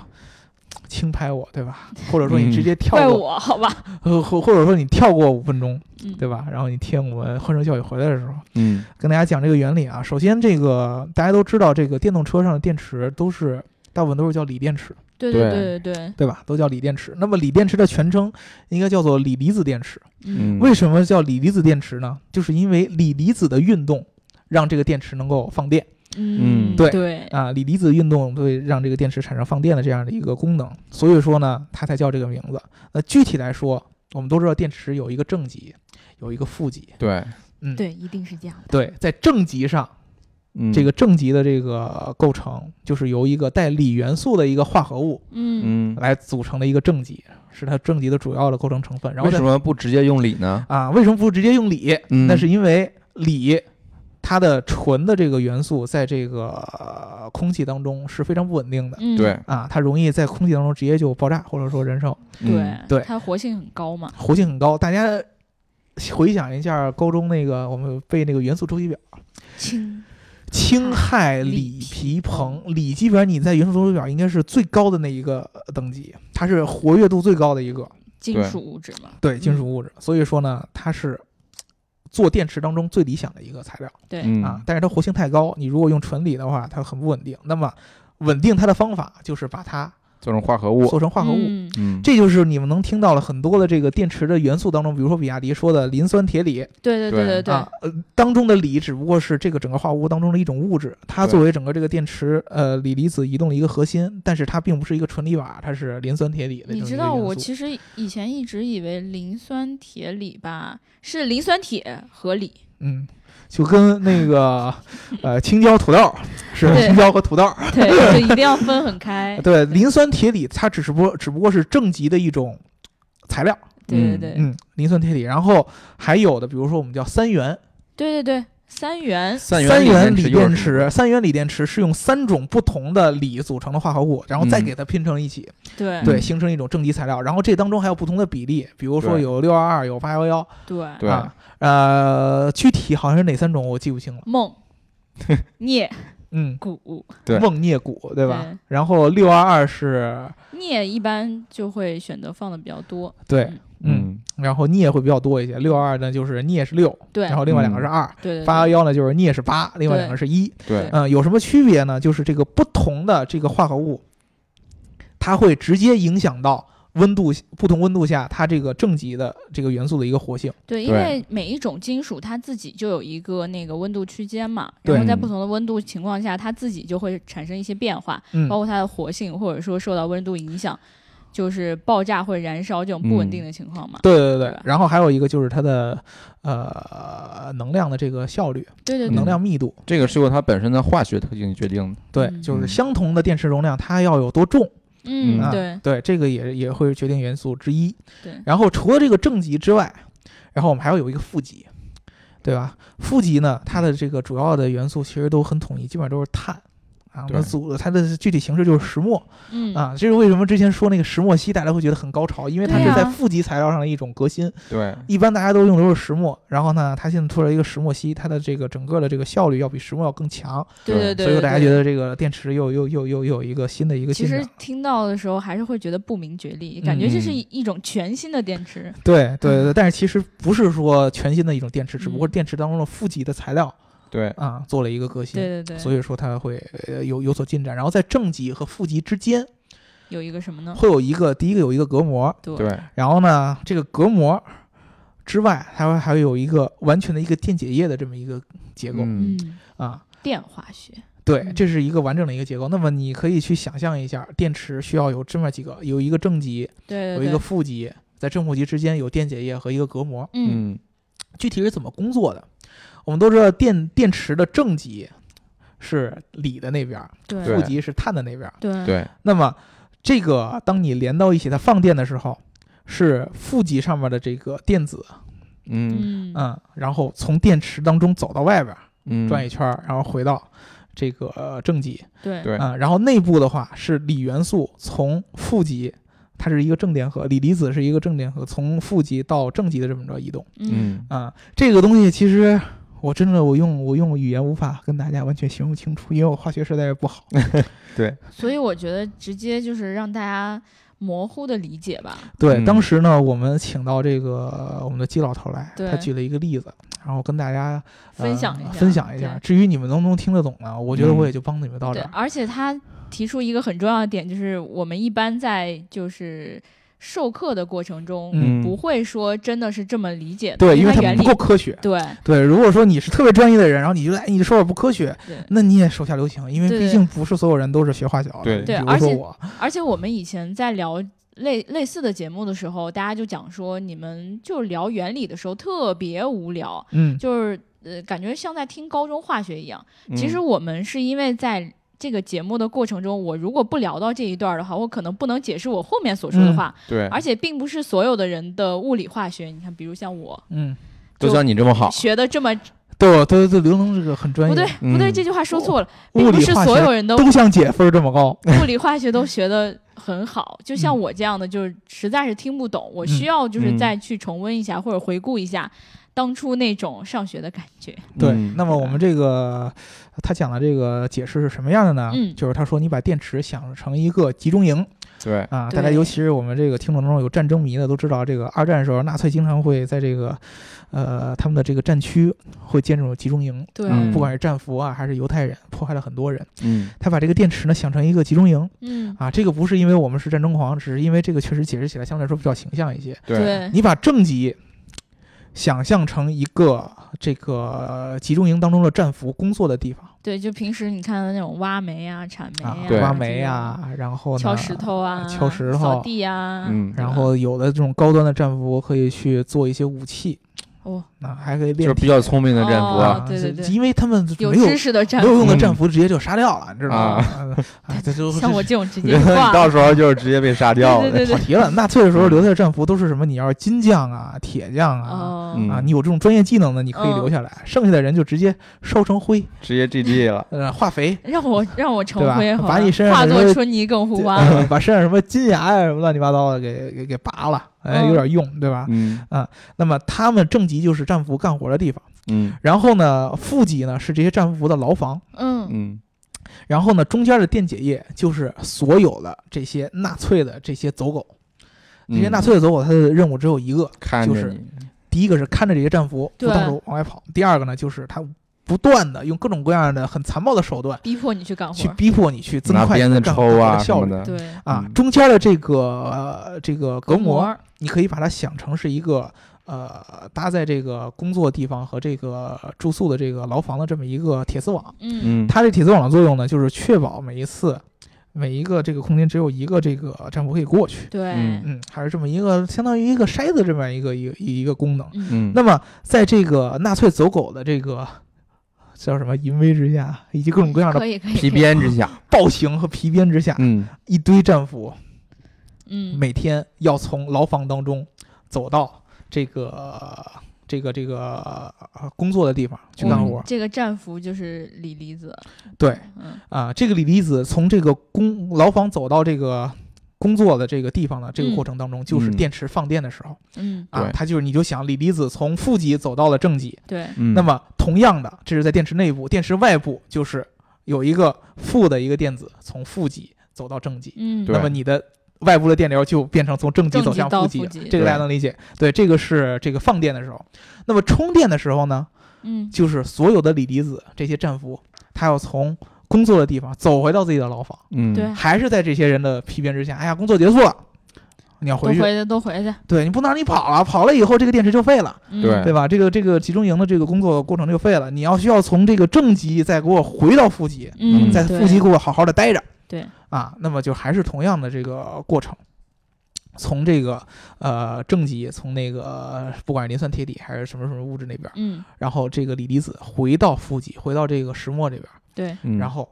[SPEAKER 4] 轻拍我，对吧？或者说你直接 跳
[SPEAKER 3] 怪
[SPEAKER 4] 过，
[SPEAKER 3] 我好吧？
[SPEAKER 4] 呃或或者说你跳过五分钟，
[SPEAKER 3] 嗯，
[SPEAKER 4] 对吧？然后你听我们欢声笑语回来的时候，
[SPEAKER 5] 嗯，
[SPEAKER 4] 跟大家讲这个原理啊。首先，这个大家都知道，这个电动车上的电池都是大部分都是叫锂电池。
[SPEAKER 3] 对对对
[SPEAKER 5] 对
[SPEAKER 3] 对对，
[SPEAKER 4] 对吧？都叫锂电池。那么锂电池的全称应该叫做锂离子电池。
[SPEAKER 5] 嗯
[SPEAKER 4] 为什么叫锂离子电池呢？就是因为锂离子的运动让这个电池能够放电
[SPEAKER 3] 嗯
[SPEAKER 5] 嗯
[SPEAKER 3] 对
[SPEAKER 4] 对
[SPEAKER 3] 对
[SPEAKER 4] 啊，锂离子运动会让这个电池产生放电的这样的一个功能，所以说呢，它才叫这个名字。那具体来说，我们都知道电池有一个正极，有一个负极。
[SPEAKER 5] 对，
[SPEAKER 4] 嗯，
[SPEAKER 3] 对，一定是这样的。
[SPEAKER 4] 对，在正极上，
[SPEAKER 5] 嗯，
[SPEAKER 4] 这个，正极的这个构成就是由一个带锂元素的一个化合物
[SPEAKER 3] 嗯，
[SPEAKER 5] 嗯，
[SPEAKER 4] 来组成的一个正极，是它正极的主要的构成成分。然后
[SPEAKER 5] 为
[SPEAKER 4] 在
[SPEAKER 5] 什么不直接用锂呢？
[SPEAKER 4] 啊，为什么不直接用锂？
[SPEAKER 5] 嗯
[SPEAKER 4] 那是因为锂它的纯的这个元素在这个、呃空气当中是非常不稳定的
[SPEAKER 3] 嗯，
[SPEAKER 5] 对
[SPEAKER 4] 啊，它容易在空气当中直接就爆炸或者说燃烧，
[SPEAKER 5] 嗯
[SPEAKER 3] 对
[SPEAKER 4] 对
[SPEAKER 3] 它活性很高嘛。
[SPEAKER 4] 活性很高。大家回想一下高中那个我们背那个元素周期表，
[SPEAKER 3] 轻，
[SPEAKER 4] 氢氦
[SPEAKER 3] 锂
[SPEAKER 4] 锂铍
[SPEAKER 3] 硼
[SPEAKER 4] 硼，锂基本上你在元素周期表应该是最高的那一个呃等级，它是活跃度最高的一个
[SPEAKER 3] 金
[SPEAKER 5] 对
[SPEAKER 3] 属物质嘛。
[SPEAKER 4] 对金属物质，所以说呢，它是做电池当中最理想的一个材料。
[SPEAKER 3] 对，
[SPEAKER 5] 嗯
[SPEAKER 4] 啊，，但是它活性太高，你如果用纯锂的话，它很不稳定。那么稳定它的方法就是把它
[SPEAKER 5] 做成化合物，
[SPEAKER 4] 做成化合物。
[SPEAKER 3] 嗯
[SPEAKER 5] 嗯，
[SPEAKER 4] 这就是你们能听到了很多的这个电池的元素当中，比如说比亚迪说的磷酸铁锂
[SPEAKER 3] 对对对对
[SPEAKER 5] 对
[SPEAKER 3] 对，
[SPEAKER 4] 啊，呃，当中的锂只不过是这个整个化合物当中的一种物质，它
[SPEAKER 5] 对
[SPEAKER 4] 作为整个这个电池呃锂离子移动的一个核心，但是它并不是一个纯锂瓦，它是磷酸铁锂的这
[SPEAKER 3] 你
[SPEAKER 4] 么一
[SPEAKER 3] 知
[SPEAKER 4] 个
[SPEAKER 3] 道
[SPEAKER 4] 元
[SPEAKER 3] 我
[SPEAKER 4] 素
[SPEAKER 3] 其实以前一直以为磷酸铁锂吧是磷酸铁和锂，
[SPEAKER 4] 嗯，就跟那个呃青椒土豆是
[SPEAKER 3] 对
[SPEAKER 4] 青椒和土豆，。
[SPEAKER 3] 对，就一定要分很开
[SPEAKER 4] 对，磷酸铁锂它只是不只不过是正极的一种材料，
[SPEAKER 3] 对对对
[SPEAKER 4] 嗯，磷酸铁锂。然后还有的，比如说我们叫三元，
[SPEAKER 3] 对对对，三元，
[SPEAKER 5] 三
[SPEAKER 4] 三元
[SPEAKER 5] 元
[SPEAKER 4] 锂
[SPEAKER 5] 锂
[SPEAKER 4] 电
[SPEAKER 5] 电池又是什么，
[SPEAKER 4] 池，三元锂电池是用三种不同的锂组成的化合物，然后再
[SPEAKER 5] 嗯
[SPEAKER 4] 给它拼成一起，
[SPEAKER 3] 对
[SPEAKER 4] 对，形成一种正极材料。然后这当中还有不同的比例，比如说
[SPEAKER 5] 对
[SPEAKER 4] 有六二二，有八幺幺，
[SPEAKER 3] 对
[SPEAKER 5] 对
[SPEAKER 4] 啊，呃，具体好像是哪三种我记不清了，
[SPEAKER 3] 梦、镍、
[SPEAKER 4] 嗯。
[SPEAKER 3] 钴、
[SPEAKER 5] 对
[SPEAKER 4] 梦镍钴，对吧？
[SPEAKER 3] 对
[SPEAKER 4] 然后六二二是，
[SPEAKER 3] 镍一般就会选择放的比较多。
[SPEAKER 4] 对，嗯，
[SPEAKER 5] 嗯，
[SPEAKER 4] 然后镍会比较多一些。六二二呢就是镍是六，
[SPEAKER 3] 对，
[SPEAKER 4] 然后另外两个
[SPEAKER 5] 嗯
[SPEAKER 4] 是二、
[SPEAKER 3] 对对
[SPEAKER 4] 八幺
[SPEAKER 3] 对
[SPEAKER 4] 幺呢就是镍是八，另外两个是一。
[SPEAKER 5] 对，
[SPEAKER 4] 嗯，有什么区别呢？就是这个不同的这个化合物，它会直接影响到温度不同温度下它这个正极的这个元素的一个活性。
[SPEAKER 3] 对，因
[SPEAKER 5] 对
[SPEAKER 3] 为每一种金属它自己就有一个那个温度区间嘛，
[SPEAKER 4] 对
[SPEAKER 3] 然后在不同的温度情
[SPEAKER 5] 哦
[SPEAKER 3] 况下，它自己就会产生一些变化，
[SPEAKER 4] 嗯
[SPEAKER 3] 包括它的活性，或者说受到温度影响，就是报价会燃烧这种不
[SPEAKER 4] 嗯
[SPEAKER 3] 稳定的情况嘛。
[SPEAKER 4] 对对对
[SPEAKER 3] 对吧
[SPEAKER 4] 对，然后还有一个就是它的呃能量的这个效率、
[SPEAKER 3] 对对对
[SPEAKER 4] 能量密度，
[SPEAKER 5] 这个是由它本身的化学特性决定的。
[SPEAKER 4] 对，
[SPEAKER 3] 嗯
[SPEAKER 4] 就是相同的电池容量它要有多重，
[SPEAKER 3] 嗯
[SPEAKER 5] 嗯
[SPEAKER 3] 对
[SPEAKER 4] 对，这个也也会决定元素之一。
[SPEAKER 3] 对，
[SPEAKER 4] 然后除了这个正极之外，然后我们还要有一个负极，对吧？负极呢，它的这个主要的元素其实都很统一，基本上都是碳啊。我
[SPEAKER 5] 对
[SPEAKER 4] 们组它的具体形式就是石墨
[SPEAKER 3] 嗯
[SPEAKER 4] 啊，这是为什么之前说那个石墨烯大家会觉得很高潮，因为它
[SPEAKER 3] 对啊
[SPEAKER 4] 是在
[SPEAKER 3] 呀
[SPEAKER 4] 负极材料上的一种革新。
[SPEAKER 5] 对，
[SPEAKER 4] 一般大家都用的都是石墨，然后呢，它现在出了一个石墨烯，它的这个整个的这个效率要比石墨要更强，
[SPEAKER 3] 对对对，
[SPEAKER 4] 所以说大家觉
[SPEAKER 3] 得。
[SPEAKER 4] 得这个电池又又又又又有一个新的嗯一个
[SPEAKER 3] 其
[SPEAKER 4] 进
[SPEAKER 3] 实
[SPEAKER 4] 展。
[SPEAKER 3] 听到的时候还是会觉得不明觉厉，感觉这是一一种全新的电池。
[SPEAKER 4] 对对对，但是其实不是说全新的一种电池，只不过
[SPEAKER 3] 嗯
[SPEAKER 4] 电池当中的负极的材料
[SPEAKER 5] 对，
[SPEAKER 4] 啊做了一个革新。
[SPEAKER 3] 对对对，
[SPEAKER 4] 所以说它会呃有有所进展，然后在正极和负极之间
[SPEAKER 3] 有一个什么呢？
[SPEAKER 4] 会有一个第一个有一个隔膜，
[SPEAKER 3] 对
[SPEAKER 5] 对，
[SPEAKER 4] 然后呢这个隔膜之外，它会还会有一个完全的一个电解液的这么一个结构、
[SPEAKER 5] 嗯，
[SPEAKER 3] 嗯，
[SPEAKER 4] 啊，
[SPEAKER 3] 电化学。
[SPEAKER 4] 对
[SPEAKER 3] 嗯，
[SPEAKER 4] 这是一个完整的一个结构。那么你可以去想象一下，电池需要有这么几个，有一个正极，
[SPEAKER 3] 对
[SPEAKER 4] 有
[SPEAKER 3] 对
[SPEAKER 4] 一
[SPEAKER 3] 对，
[SPEAKER 4] 个负极，在正负极之间有电解液和一个隔膜。
[SPEAKER 3] 嗯
[SPEAKER 5] 嗯，
[SPEAKER 4] 具体是怎么工作的？我们都知道电电池的正极是锂的那边儿，
[SPEAKER 3] 对
[SPEAKER 4] 负极是碳的那边儿。
[SPEAKER 3] 对
[SPEAKER 5] 对，
[SPEAKER 4] 那么这个当你连到一起，它放电的时候，是负极上面的这个电子，
[SPEAKER 3] 嗯
[SPEAKER 5] 嗯
[SPEAKER 4] 嗯，然后从电池当中走到外边儿
[SPEAKER 5] 嗯，
[SPEAKER 4] 转一圈儿，然后回到这个呃正极。
[SPEAKER 3] 对
[SPEAKER 5] 对
[SPEAKER 4] 啊、然后内部的话是锂元素从负极，它是一个正电荷，锂离子是一个正电荷，从负极到正极的这么着移动
[SPEAKER 3] 嗯
[SPEAKER 5] 嗯，
[SPEAKER 4] 啊、这个东西其实我真的我用我用语言无法跟大家完全形容清楚，因为我化学实在是不好。
[SPEAKER 5] 嗯
[SPEAKER 3] 所以我觉得直接就是让大家模糊的理解吧。
[SPEAKER 4] 对，
[SPEAKER 5] 嗯
[SPEAKER 4] 当时呢，我们请到这个我们的季老头来，
[SPEAKER 3] 对
[SPEAKER 4] 他举了一个例子，然后跟大家、呃
[SPEAKER 3] 分享一下
[SPEAKER 4] 分享一下。至于你们能不能听得懂呢？我觉得
[SPEAKER 5] 嗯
[SPEAKER 4] 我也就帮你们到这
[SPEAKER 3] 对，啊
[SPEAKER 4] 儿。
[SPEAKER 3] 而且他提出一个很重要的点，就是我们一般在就是授课的过程中，
[SPEAKER 5] 嗯
[SPEAKER 3] 不会说真的是这么理解的，
[SPEAKER 4] 对，因为
[SPEAKER 3] 它
[SPEAKER 4] 它
[SPEAKER 3] 原
[SPEAKER 4] 不
[SPEAKER 3] 理
[SPEAKER 4] 够科学。
[SPEAKER 3] 对
[SPEAKER 4] 对，如果说你是特别专业的人，然后你就来，哎你说我不科学，
[SPEAKER 3] 对，
[SPEAKER 4] 那你也手下留情，因为
[SPEAKER 3] 对
[SPEAKER 4] 毕竟不是所有人都是学化学的。
[SPEAKER 5] 对
[SPEAKER 4] 比
[SPEAKER 3] 对
[SPEAKER 4] 如
[SPEAKER 3] 而
[SPEAKER 4] 说
[SPEAKER 3] 且
[SPEAKER 4] 我，
[SPEAKER 3] 而且我们以前在聊。类类似的节目的时候，大家就讲说，你们就聊原理的时候特别无聊，
[SPEAKER 4] 嗯，
[SPEAKER 3] 就是呃，感觉像在听高中化学一样。
[SPEAKER 5] 嗯
[SPEAKER 3] 其实我们是因为在这个节目的过程中，我如果不聊到这一段儿的话，我可能不能解释我后面所说的
[SPEAKER 4] 嗯
[SPEAKER 3] 话，
[SPEAKER 5] 对，
[SPEAKER 3] 而且并不是所有的人的物理化学。你看，比如像我
[SPEAKER 4] 嗯，
[SPEAKER 5] 都像你这么好，
[SPEAKER 3] 学的这么
[SPEAKER 4] 对对对，刘能这个很专
[SPEAKER 3] 不
[SPEAKER 4] 业，
[SPEAKER 3] 对，
[SPEAKER 5] 嗯
[SPEAKER 3] 不对，这句话说错了，并
[SPEAKER 4] 物
[SPEAKER 3] 不
[SPEAKER 4] 理
[SPEAKER 3] 是
[SPEAKER 4] 化
[SPEAKER 3] 所有
[SPEAKER 4] 学
[SPEAKER 3] 人都
[SPEAKER 4] 都像姐分儿这么高。
[SPEAKER 3] 物理化学都学的很好。就像我这样的，就是实在是听不懂，我需要就是
[SPEAKER 5] 嗯
[SPEAKER 3] 再去重温一下或者回顾一下当初那种上学的感觉。
[SPEAKER 4] 对，
[SPEAKER 5] 嗯
[SPEAKER 4] 那么我们这个他讲的这个解释是什么样的呢？
[SPEAKER 3] 嗯
[SPEAKER 4] 就是他说你把电池想成一个集中营
[SPEAKER 5] 对，
[SPEAKER 4] 啊，
[SPEAKER 3] 对
[SPEAKER 4] 大家尤其是我们这个听众当中有战争迷的都知道，这个二战的时候纳粹经常会在这个呃他们的这个战区会建这种集中营，
[SPEAKER 3] 对
[SPEAKER 5] 嗯
[SPEAKER 4] 不管是战俘啊还是犹太人，迫害了很多人。
[SPEAKER 5] 嗯
[SPEAKER 4] 他把这个电池呢想成一个集中营
[SPEAKER 3] 嗯，
[SPEAKER 4] 啊，这个不是因为我们是战争狂，只是因为这个确实解释起来相对来说比较形象一些。
[SPEAKER 5] 对，
[SPEAKER 3] 哎
[SPEAKER 4] 你把正极想象成一个这个集中营当中的战俘工作的地方
[SPEAKER 3] 对，就平时你看到那种挖煤啊、铲煤
[SPEAKER 4] 啊
[SPEAKER 3] 啊、，
[SPEAKER 5] 对
[SPEAKER 3] 这
[SPEAKER 4] 挖煤
[SPEAKER 3] 种
[SPEAKER 4] 啊，然后呢
[SPEAKER 3] 敲石，头啊，
[SPEAKER 4] 敲石
[SPEAKER 3] 扫
[SPEAKER 4] 头
[SPEAKER 3] 地啊，
[SPEAKER 5] 嗯
[SPEAKER 4] 然后有的这种高端的战俘可以去做一些武器，
[SPEAKER 3] 哦，
[SPEAKER 4] 啊，还可以
[SPEAKER 5] 就
[SPEAKER 4] 练
[SPEAKER 5] 是比较聪明的战俘
[SPEAKER 4] 啊
[SPEAKER 5] 啊，
[SPEAKER 3] 哦，对对对
[SPEAKER 4] 这因为他们没
[SPEAKER 3] 有
[SPEAKER 4] 没有
[SPEAKER 3] 知识的战
[SPEAKER 4] 用的
[SPEAKER 5] 嗯
[SPEAKER 4] 战俘直接就杀掉了，你知道吗？ 啊，这就
[SPEAKER 3] 像我这种直接
[SPEAKER 5] 你
[SPEAKER 3] 就挂
[SPEAKER 5] 到
[SPEAKER 3] 了，
[SPEAKER 5] 时候就是直接被杀掉
[SPEAKER 3] 对对
[SPEAKER 5] 了，
[SPEAKER 3] 对
[SPEAKER 4] 跑
[SPEAKER 3] 对，
[SPEAKER 4] 题了。纳粹的时候留下的战俘都是什么？你要是金匠啊、铁匠啊。
[SPEAKER 3] 哦，
[SPEAKER 5] 嗯
[SPEAKER 4] 啊，你有这种专业技能的，你可以留下来，剩下的人就直接烧成灰，
[SPEAKER 5] 直接 GG 了，
[SPEAKER 4] 呃，化肥，
[SPEAKER 3] 让我让我成
[SPEAKER 4] 对吧
[SPEAKER 3] 灰好
[SPEAKER 4] 把
[SPEAKER 3] 吧，
[SPEAKER 4] 你身上
[SPEAKER 3] 化
[SPEAKER 4] 的
[SPEAKER 3] 作
[SPEAKER 4] 这
[SPEAKER 3] 春泥更护
[SPEAKER 4] 这
[SPEAKER 3] 花。
[SPEAKER 4] 呃把身上什么金牙呀、什么乱七八糟的给给给拔了，哎，
[SPEAKER 3] 嗯
[SPEAKER 4] 有点用，对吧？
[SPEAKER 5] 嗯
[SPEAKER 4] 那么他们正极就是战俘干活的地方，
[SPEAKER 5] 嗯
[SPEAKER 4] 然后呢，负极呢是这些战俘的牢房，
[SPEAKER 3] 嗯，
[SPEAKER 5] 嗯
[SPEAKER 4] 然后呢，中间的电解液就是所有的这些纳粹的这些走狗，这些
[SPEAKER 5] 嗯
[SPEAKER 4] 纳粹的走狗，他的任务只有一个，
[SPEAKER 5] 看
[SPEAKER 4] 就
[SPEAKER 5] 着
[SPEAKER 4] 是
[SPEAKER 5] 你，
[SPEAKER 4] 第一个是看着这些战俘不
[SPEAKER 3] 对
[SPEAKER 4] 到处往外跑，第二个呢就是他不断的用各种各样的很残暴的手段
[SPEAKER 3] 逼迫你去干活
[SPEAKER 4] 去。逼迫你去增
[SPEAKER 5] 拿
[SPEAKER 4] 快
[SPEAKER 5] 鞭
[SPEAKER 4] 你
[SPEAKER 5] 子
[SPEAKER 4] 的干活
[SPEAKER 5] 抽啊
[SPEAKER 4] 的
[SPEAKER 5] 什
[SPEAKER 4] 效
[SPEAKER 5] 么
[SPEAKER 4] 率。
[SPEAKER 5] 的，
[SPEAKER 3] 对，
[SPEAKER 4] 啊
[SPEAKER 5] 嗯，
[SPEAKER 4] 中间的这个、呃这个 隔膜
[SPEAKER 3] 膜，
[SPEAKER 4] 你可以把它想成是一个呃搭在这个工作地方和这个住宿的这个牢房的这么一个铁丝网。
[SPEAKER 3] 嗯
[SPEAKER 5] 嗯，
[SPEAKER 4] 它这铁丝网的作用呢，就是确保每一次每一个这个空间只有一个这个战斧可以过去，
[SPEAKER 3] 对，
[SPEAKER 5] 嗯
[SPEAKER 4] 嗯，还是这么一个相当于一个筛子这么一个一个一个功能。
[SPEAKER 3] 嗯
[SPEAKER 5] 嗯，
[SPEAKER 4] 那么在这个纳粹走狗的这个叫什么淫威之下，以及各种各样的
[SPEAKER 3] 可以可以，
[SPEAKER 5] 皮
[SPEAKER 3] 可以，
[SPEAKER 5] 鞭 之下，
[SPEAKER 4] 暴行和皮鞭之下，
[SPEAKER 5] 嗯，
[SPEAKER 4] 一堆战俘
[SPEAKER 3] 嗯，
[SPEAKER 4] 每天要从牢房当中走到这个这个这个、呃工作的地方
[SPEAKER 5] 嗯
[SPEAKER 4] 去干活。
[SPEAKER 3] 嗯这个战俘就是李离子，
[SPEAKER 4] 对
[SPEAKER 3] 嗯，
[SPEAKER 4] 啊、这个李离子从这个工牢房走到这个。工作的这个地方呢，这个
[SPEAKER 3] 嗯
[SPEAKER 4] 过程当中就是
[SPEAKER 5] 嗯
[SPEAKER 4] 电池放电的时候、
[SPEAKER 3] 嗯
[SPEAKER 4] 啊
[SPEAKER 5] 对，
[SPEAKER 4] 它就是你就想锂离子从负极走到了正极，
[SPEAKER 3] 对，
[SPEAKER 5] 嗯
[SPEAKER 4] 那么同样的，这是在电池内部，电池外部就是有一个负的一个电子从负极走到正极，
[SPEAKER 3] 嗯，
[SPEAKER 5] 对
[SPEAKER 4] 那么你的外部的电流就变成从正极
[SPEAKER 3] 正
[SPEAKER 4] 走
[SPEAKER 3] 极
[SPEAKER 4] 向
[SPEAKER 3] 到
[SPEAKER 4] 负
[SPEAKER 3] 负
[SPEAKER 4] 极
[SPEAKER 3] 极，
[SPEAKER 4] 这个大家能理解。对，这个是这个放电的时候。那么充电的时候呢，
[SPEAKER 3] 嗯
[SPEAKER 4] 就是所有的锂离子这些战俘，他要从工作的地方走回到自己的牢房，
[SPEAKER 5] 嗯，
[SPEAKER 3] 对，
[SPEAKER 4] 还是在这些人的批评之下，哎呀，工作结束了。你要
[SPEAKER 3] 都
[SPEAKER 4] 回去，
[SPEAKER 3] 回去都回去，
[SPEAKER 4] 对你不能让你跑了，跑了以后这个电池就废了。
[SPEAKER 3] 嗯
[SPEAKER 5] 对
[SPEAKER 4] 对吧？这个这个集中营的这个工作过程就废了，你要需要从这个正极再给我回到负极，
[SPEAKER 3] 嗯，
[SPEAKER 4] 在
[SPEAKER 3] 对
[SPEAKER 4] 负极给我好好的待着。
[SPEAKER 3] 对
[SPEAKER 4] 啊，那么就还是同样的这个过程，从这个呃正极，从那个呃不管是磷酸铁锂还是什么什么物质那边，
[SPEAKER 3] 嗯
[SPEAKER 4] 然后这个锂离子回到负极，回到这个石墨这边，
[SPEAKER 3] 对
[SPEAKER 5] 嗯
[SPEAKER 4] 然后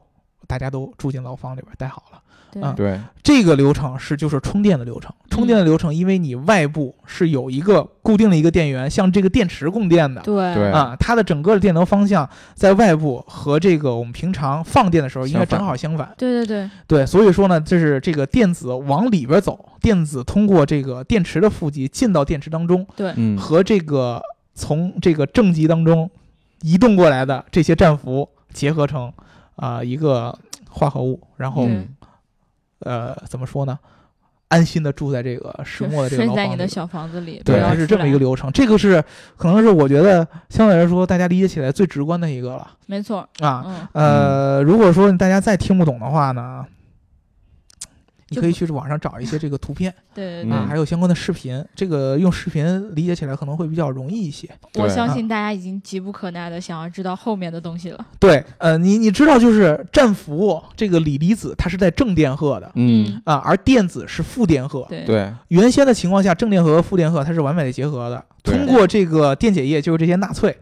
[SPEAKER 4] 大家都住进牢房里边待好了。
[SPEAKER 3] 对
[SPEAKER 4] 啊
[SPEAKER 5] 对，
[SPEAKER 4] 这个流程是就是充电的流程，充
[SPEAKER 3] 嗯
[SPEAKER 4] 电的流程，因为你外部是有一个固定的一个电源向这个电池供电
[SPEAKER 3] 嗯
[SPEAKER 4] 的，
[SPEAKER 3] 对
[SPEAKER 5] 对
[SPEAKER 4] 啊，它的整个的电流方向在外部和这个我们平常放电的时候应该
[SPEAKER 5] 相反
[SPEAKER 4] 正好相反。
[SPEAKER 3] 对对对，
[SPEAKER 4] 对，所以说呢，这是这个电子往里边走，电子通过这个电池的负极进到电池当中，
[SPEAKER 5] 嗯，
[SPEAKER 4] 和这个从这个正极当中移动过来的这些战俘结合成啊、一个化合物，然后、
[SPEAKER 3] 嗯
[SPEAKER 4] 呃怎么说呢，安心的住在这个石
[SPEAKER 3] 就
[SPEAKER 4] 墨的这个
[SPEAKER 3] 睡
[SPEAKER 4] 牢
[SPEAKER 3] 在
[SPEAKER 4] 房
[SPEAKER 3] 你
[SPEAKER 4] 里
[SPEAKER 3] 的
[SPEAKER 4] 边。
[SPEAKER 3] 小房子里，不
[SPEAKER 4] 对，
[SPEAKER 3] 要
[SPEAKER 4] 它
[SPEAKER 3] 出
[SPEAKER 4] 是这么一
[SPEAKER 3] 来
[SPEAKER 4] 个流程，这个是可能是我觉得相对来说大家理解起来最直观的一个了
[SPEAKER 3] 没错，
[SPEAKER 4] 啊。
[SPEAKER 3] 嗯，
[SPEAKER 4] 呃，如果说大家再听不懂的话呢，你
[SPEAKER 3] 就
[SPEAKER 4] 可以
[SPEAKER 3] 不
[SPEAKER 4] 去网上找一些这个图片
[SPEAKER 3] 对对
[SPEAKER 5] 嗯
[SPEAKER 3] 对
[SPEAKER 4] 啊，，还有相关的视频，这个用视频理解起来可能会比较容易一些。
[SPEAKER 3] 我
[SPEAKER 5] 对
[SPEAKER 3] 相
[SPEAKER 4] 啊
[SPEAKER 3] 信大家已经急不可耐的想要知道后面的东西了，
[SPEAKER 4] 对，呃，你你知道就是战俘这个锂离子，它是在正电荷的。
[SPEAKER 5] 嗯，
[SPEAKER 4] 啊，而电子是负电荷。
[SPEAKER 3] 对
[SPEAKER 5] 对，
[SPEAKER 4] 原先的情况下，正电荷和负电荷它是完美的结合的。
[SPEAKER 5] 对
[SPEAKER 4] 通过这个电解液，就是这些纳粹，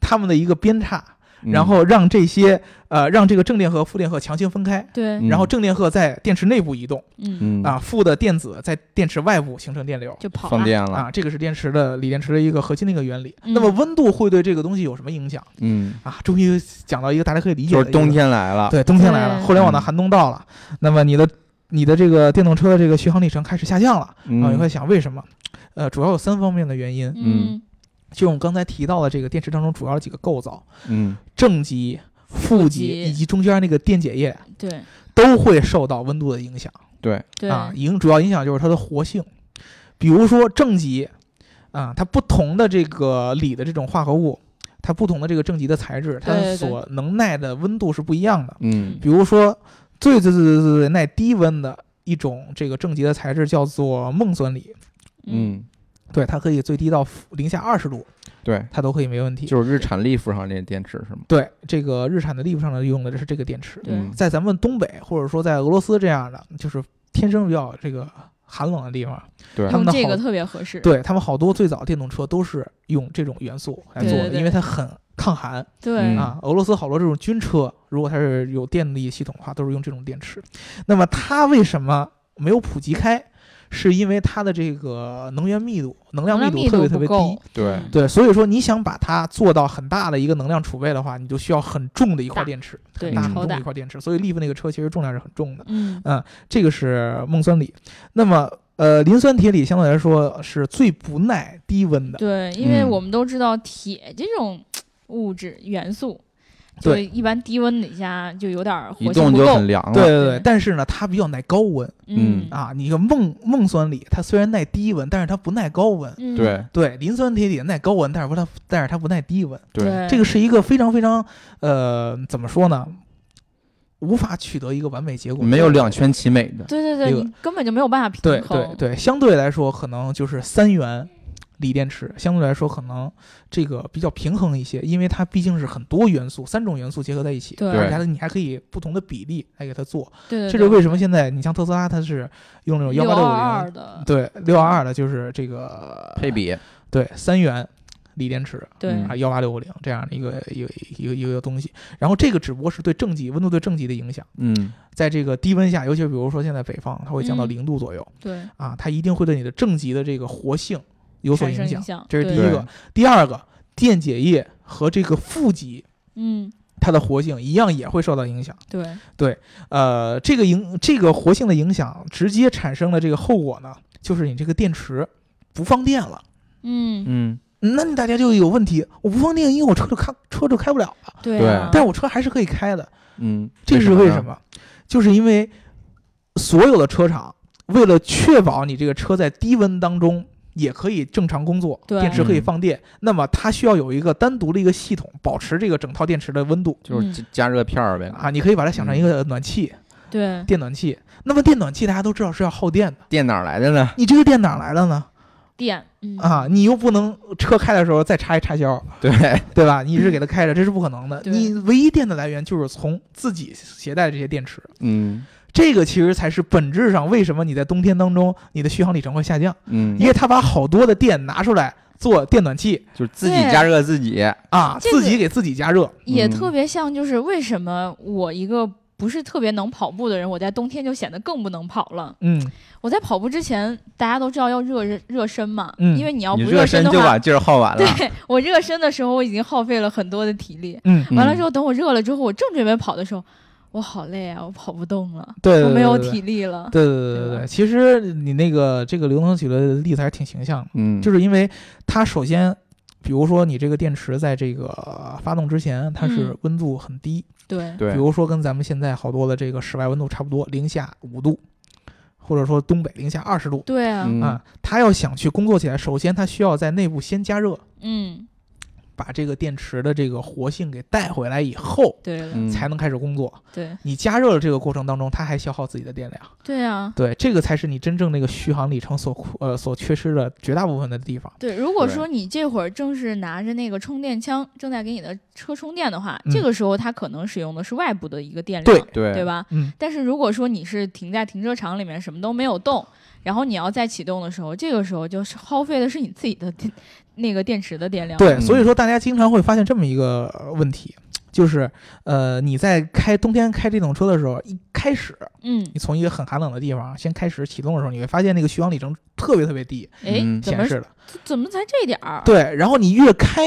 [SPEAKER 4] 他们的一个鞭差，
[SPEAKER 5] 嗯
[SPEAKER 4] 然后让这些呃让这个正电荷、负电荷强行分开，
[SPEAKER 3] 对，
[SPEAKER 5] 嗯
[SPEAKER 4] 然后正电荷在电池内部移动
[SPEAKER 3] 嗯，
[SPEAKER 5] 嗯
[SPEAKER 4] 啊，负的电子在电池外部形成电流
[SPEAKER 3] 就跑
[SPEAKER 5] 放
[SPEAKER 3] 了，
[SPEAKER 5] 电了，
[SPEAKER 4] 啊，这个是电池的锂电池的一个核心的一个原理。
[SPEAKER 3] 嗯
[SPEAKER 4] 那么温度会对这个东西有什么影响
[SPEAKER 5] 嗯，
[SPEAKER 4] 啊？终于讲到一个大家可以理解
[SPEAKER 5] 就
[SPEAKER 4] 的，
[SPEAKER 5] 是冬，天来了，
[SPEAKER 4] 对，冬天来了，
[SPEAKER 3] 对
[SPEAKER 4] 互联网的
[SPEAKER 5] 嗯
[SPEAKER 4] 寒冬到了，那么你的你的这个电动车的这个续航里程开始下降了啊，你
[SPEAKER 5] 嗯
[SPEAKER 4] 会想为什么？呃，主要有三方面的原因，
[SPEAKER 3] 嗯，
[SPEAKER 4] 就是我们刚才提到的这个电池当中主要几个构造，
[SPEAKER 5] 嗯，
[SPEAKER 4] 正极、负极
[SPEAKER 3] 极
[SPEAKER 4] 以及中间那个电解液
[SPEAKER 3] 嗯对
[SPEAKER 4] 都会受到温度的影响
[SPEAKER 5] 对，
[SPEAKER 3] 对
[SPEAKER 4] 啊，影主要影响就是它的活性。比如说正极啊，它不同的这个锂的这种化合物，它不同的这个正极的材质，
[SPEAKER 3] 对对
[SPEAKER 4] 它
[SPEAKER 3] 对
[SPEAKER 4] 所能耐的温度是不一样的。
[SPEAKER 5] 嗯
[SPEAKER 4] 比如说最最最最最最耐低温的一种这个正极的材质叫做锰酸锂，
[SPEAKER 3] 嗯，
[SPEAKER 5] 嗯，
[SPEAKER 4] 对，它可以最低到负零下二十度，
[SPEAKER 5] 对，
[SPEAKER 4] 它都可以没问题。
[SPEAKER 5] 就是日产利福上那电池是吗？
[SPEAKER 4] 对，这个日产的利布上呢用的是这个电池，
[SPEAKER 3] 对
[SPEAKER 5] 嗯
[SPEAKER 4] 在咱们东北或者说在俄罗斯这样的，就是天生比较这个寒冷的地方，
[SPEAKER 5] 对
[SPEAKER 4] 他
[SPEAKER 3] 用
[SPEAKER 4] 们的
[SPEAKER 3] 这
[SPEAKER 4] 好
[SPEAKER 3] 个特别合适，
[SPEAKER 4] 对他们好多最早电动车都是用这种元素来做的，
[SPEAKER 3] 对对对
[SPEAKER 4] 因为它很抗寒
[SPEAKER 3] 对
[SPEAKER 5] 嗯
[SPEAKER 4] 啊。俄罗斯好多这种军车，如果它是有电力系统的话，都是用这种电池。那么它为什么没有普及开？是因为它的这个能源密度、能量
[SPEAKER 3] 能量
[SPEAKER 4] 密
[SPEAKER 3] 密
[SPEAKER 4] 度特别
[SPEAKER 3] 度
[SPEAKER 4] 特
[SPEAKER 3] 不
[SPEAKER 4] 别低
[SPEAKER 3] 够，，
[SPEAKER 5] 对
[SPEAKER 3] 嗯
[SPEAKER 4] 对，所以说你想把它做到很大的一个能量储备的话，你就需要很重的一块
[SPEAKER 3] 大
[SPEAKER 4] 电池，
[SPEAKER 3] 对
[SPEAKER 4] 很大很
[SPEAKER 3] 超
[SPEAKER 4] 重的
[SPEAKER 3] 大
[SPEAKER 4] 一块电池。所以利弗那个车其实重量是很重的，
[SPEAKER 3] 嗯
[SPEAKER 4] 这个是锰酸锂。那么呃，磷酸铁锂相对来说是最不耐低温的，
[SPEAKER 3] 对，因为
[SPEAKER 5] 嗯
[SPEAKER 3] 我们都知道铁这种物质元素，就
[SPEAKER 4] 对
[SPEAKER 3] 一般低温底下就有点儿
[SPEAKER 5] 一
[SPEAKER 3] 活性
[SPEAKER 5] 动
[SPEAKER 3] 不
[SPEAKER 5] 就
[SPEAKER 3] 够
[SPEAKER 5] 很，凉
[SPEAKER 4] 对
[SPEAKER 5] 了，
[SPEAKER 4] 对对
[SPEAKER 3] 对。
[SPEAKER 4] 但是呢，它比较耐高温
[SPEAKER 3] 嗯
[SPEAKER 4] 啊。你个锰锰酸锂，它虽然耐低温，但是它不耐高温。
[SPEAKER 3] 嗯
[SPEAKER 5] 对
[SPEAKER 4] 对，磷酸铁锂耐高温，但是不它但是它不耐低温。
[SPEAKER 5] 对，
[SPEAKER 4] 这个是一个非常非常呃，怎么说呢？无法取得一个完美结果，
[SPEAKER 5] 没有两全其美的，
[SPEAKER 3] 对对
[SPEAKER 4] 这
[SPEAKER 3] 对，
[SPEAKER 4] 个
[SPEAKER 3] 你根本就没有办法
[SPEAKER 4] 对
[SPEAKER 3] 平衡
[SPEAKER 4] 对，对，相对来说，可能就是三元锂电池，相对来说可能这个比较平衡一些，因为它毕竟是很多元素，三种元素结合在一起，
[SPEAKER 3] 对
[SPEAKER 4] 而且还你还可以不同的比例来给它做，
[SPEAKER 3] 对对，
[SPEAKER 4] 这就是为什么现在你像特斯拉，它是用那种幺八
[SPEAKER 3] 六
[SPEAKER 4] 六嗯
[SPEAKER 3] 二二，
[SPEAKER 4] 零
[SPEAKER 3] 的，
[SPEAKER 4] 对六二二的，就是这个
[SPEAKER 5] 配比，
[SPEAKER 4] 对三元锂电池，
[SPEAKER 3] 对
[SPEAKER 5] 嗯
[SPEAKER 4] 啊幺八六五零这样的一个一个一个一个一个东西。然后这个只不过是对正极温度对正极的影响，
[SPEAKER 5] 嗯，
[SPEAKER 4] 在这个低温下，尤其是比如说现在北方，它会降到
[SPEAKER 3] 嗯
[SPEAKER 4] 零度左右、
[SPEAKER 3] 对，
[SPEAKER 4] 啊，它一定会对你的正极的这个活性有所
[SPEAKER 3] 产生
[SPEAKER 4] 影响。
[SPEAKER 3] 响，
[SPEAKER 4] 这是
[SPEAKER 3] 对
[SPEAKER 4] 第一个，第二个，电解液和这个负极。
[SPEAKER 3] 嗯，
[SPEAKER 4] 它的活性一样也会受到影响，
[SPEAKER 3] 对，
[SPEAKER 4] 呃，这个影这个活性的影响直接产生的这个后果呢，就是你这个电池不放电了，
[SPEAKER 3] 嗯，
[SPEAKER 5] 嗯，
[SPEAKER 4] 那你大家就有问题，我不放电，因为我车就开车就开不了了，
[SPEAKER 3] 对啊，
[SPEAKER 4] 但我车还是可以开的，
[SPEAKER 5] 嗯，
[SPEAKER 4] 这是为
[SPEAKER 5] 呢
[SPEAKER 4] 什？么？就是因为所有的车厂为了确保你这个车在低温当中也可以正常工作，
[SPEAKER 3] 对
[SPEAKER 4] 电池可以
[SPEAKER 5] 嗯
[SPEAKER 4] 放电，那么它需要有一个单独的一个系统保持这个整套电池的温度
[SPEAKER 5] 就是
[SPEAKER 3] 嗯
[SPEAKER 5] 加加热片儿呗，
[SPEAKER 4] 啊，你可以把它想成一个暖气、
[SPEAKER 3] 对，
[SPEAKER 4] 电暖气。那么电暖气大家都知道是要耗电的，
[SPEAKER 5] 电哪儿来的 呢？
[SPEAKER 4] 你这个电哪儿来的呢？
[SPEAKER 3] 电，嗯，
[SPEAKER 4] 啊，你又不能车开的时候再插一插销，
[SPEAKER 5] 对，
[SPEAKER 4] 对吧？你一直给它开着，这是不可能的。
[SPEAKER 3] 对
[SPEAKER 4] 你唯一电的来源就是从自己携带的这些电池，
[SPEAKER 5] 嗯
[SPEAKER 4] 这个其实才是本质上为什么你在冬天当中你的续航里程会下降，
[SPEAKER 5] 嗯
[SPEAKER 4] 因，为它把好多的电拿出来做电暖气
[SPEAKER 5] 就是自己
[SPEAKER 3] 对
[SPEAKER 5] 加热自己，
[SPEAKER 4] 啊，
[SPEAKER 3] 这个
[SPEAKER 4] 自己给自己加热。
[SPEAKER 3] 也
[SPEAKER 5] 嗯
[SPEAKER 3] 特别像，就是为什么我一个不是特别能跑步的人，我在冬天就显得更不能跑了。
[SPEAKER 4] 嗯，
[SPEAKER 3] 我在跑步之前，大家都知道要热热热身嘛，
[SPEAKER 4] 嗯
[SPEAKER 3] 因为你要
[SPEAKER 5] 你
[SPEAKER 3] 不
[SPEAKER 5] 热
[SPEAKER 3] 身
[SPEAKER 5] 身
[SPEAKER 3] 的
[SPEAKER 5] 就
[SPEAKER 3] 话
[SPEAKER 5] 把，劲儿耗完了。
[SPEAKER 3] 对我热身的时候，我已经耗费了很多的体力。
[SPEAKER 4] 嗯，
[SPEAKER 5] 嗯
[SPEAKER 3] 完了之后，等我热了之后，我正准备跑的时候，我好累啊，我跑不动了，
[SPEAKER 4] 对，
[SPEAKER 3] 我
[SPEAKER 4] 对
[SPEAKER 3] 没有。
[SPEAKER 4] 对
[SPEAKER 3] 体力了。
[SPEAKER 4] 对对对对对
[SPEAKER 3] 对吧
[SPEAKER 4] 对，其实你那个这个刘能举的例子还是挺形象的，
[SPEAKER 5] 嗯，
[SPEAKER 4] 就是是因为它首先，比如说你这个电池在这个发动之前，它是
[SPEAKER 3] 嗯
[SPEAKER 4] 温度很低，
[SPEAKER 3] 对
[SPEAKER 5] 对
[SPEAKER 4] 比，如说跟咱们现在好多的这个室外温度差不多，零下五度，或者说东北零下二十度，
[SPEAKER 3] 对啊，
[SPEAKER 5] 嗯
[SPEAKER 4] 啊，他要想去工作起来，首先他需要在内部先加热，
[SPEAKER 3] 嗯，
[SPEAKER 4] 把这个电池的这个活性给带回来以后，
[SPEAKER 3] 对了，
[SPEAKER 5] 嗯
[SPEAKER 4] 才能开始工作。
[SPEAKER 3] 对
[SPEAKER 4] 你加热的这个过程当中，它还消耗自己的电量，
[SPEAKER 3] 对啊，
[SPEAKER 4] 对，这个才是你真正那个续航里程所库呃所缺失的绝大部分的地方。
[SPEAKER 3] 对，如果
[SPEAKER 5] 对
[SPEAKER 3] 说你这会儿正是拿着那个充电枪，正在给你的车充电的话，
[SPEAKER 4] 嗯
[SPEAKER 3] 这个时候它可能使用的是外部的一个电量，对
[SPEAKER 4] 对
[SPEAKER 5] 对
[SPEAKER 3] 吧？
[SPEAKER 4] 嗯，
[SPEAKER 3] 但是如果说你是停在停车场里面什么都没有动，然后你要再启动的时候，这个时候就是耗费的是你自己的电那个电池的电量。
[SPEAKER 4] 对，
[SPEAKER 5] 嗯
[SPEAKER 4] 所以说大家经常会发现这么一个呃问题，就是呃你在开冬天开这种车的时候，一开始
[SPEAKER 3] 嗯，
[SPEAKER 4] 你从一个很寒冷的地方先开始启动的时候，你会发现那个续航里程特别特别低
[SPEAKER 3] 哎、
[SPEAKER 5] 嗯
[SPEAKER 3] 怎么
[SPEAKER 4] 显示的，
[SPEAKER 3] 怎么才这点儿？啊
[SPEAKER 4] 对，然后你越开。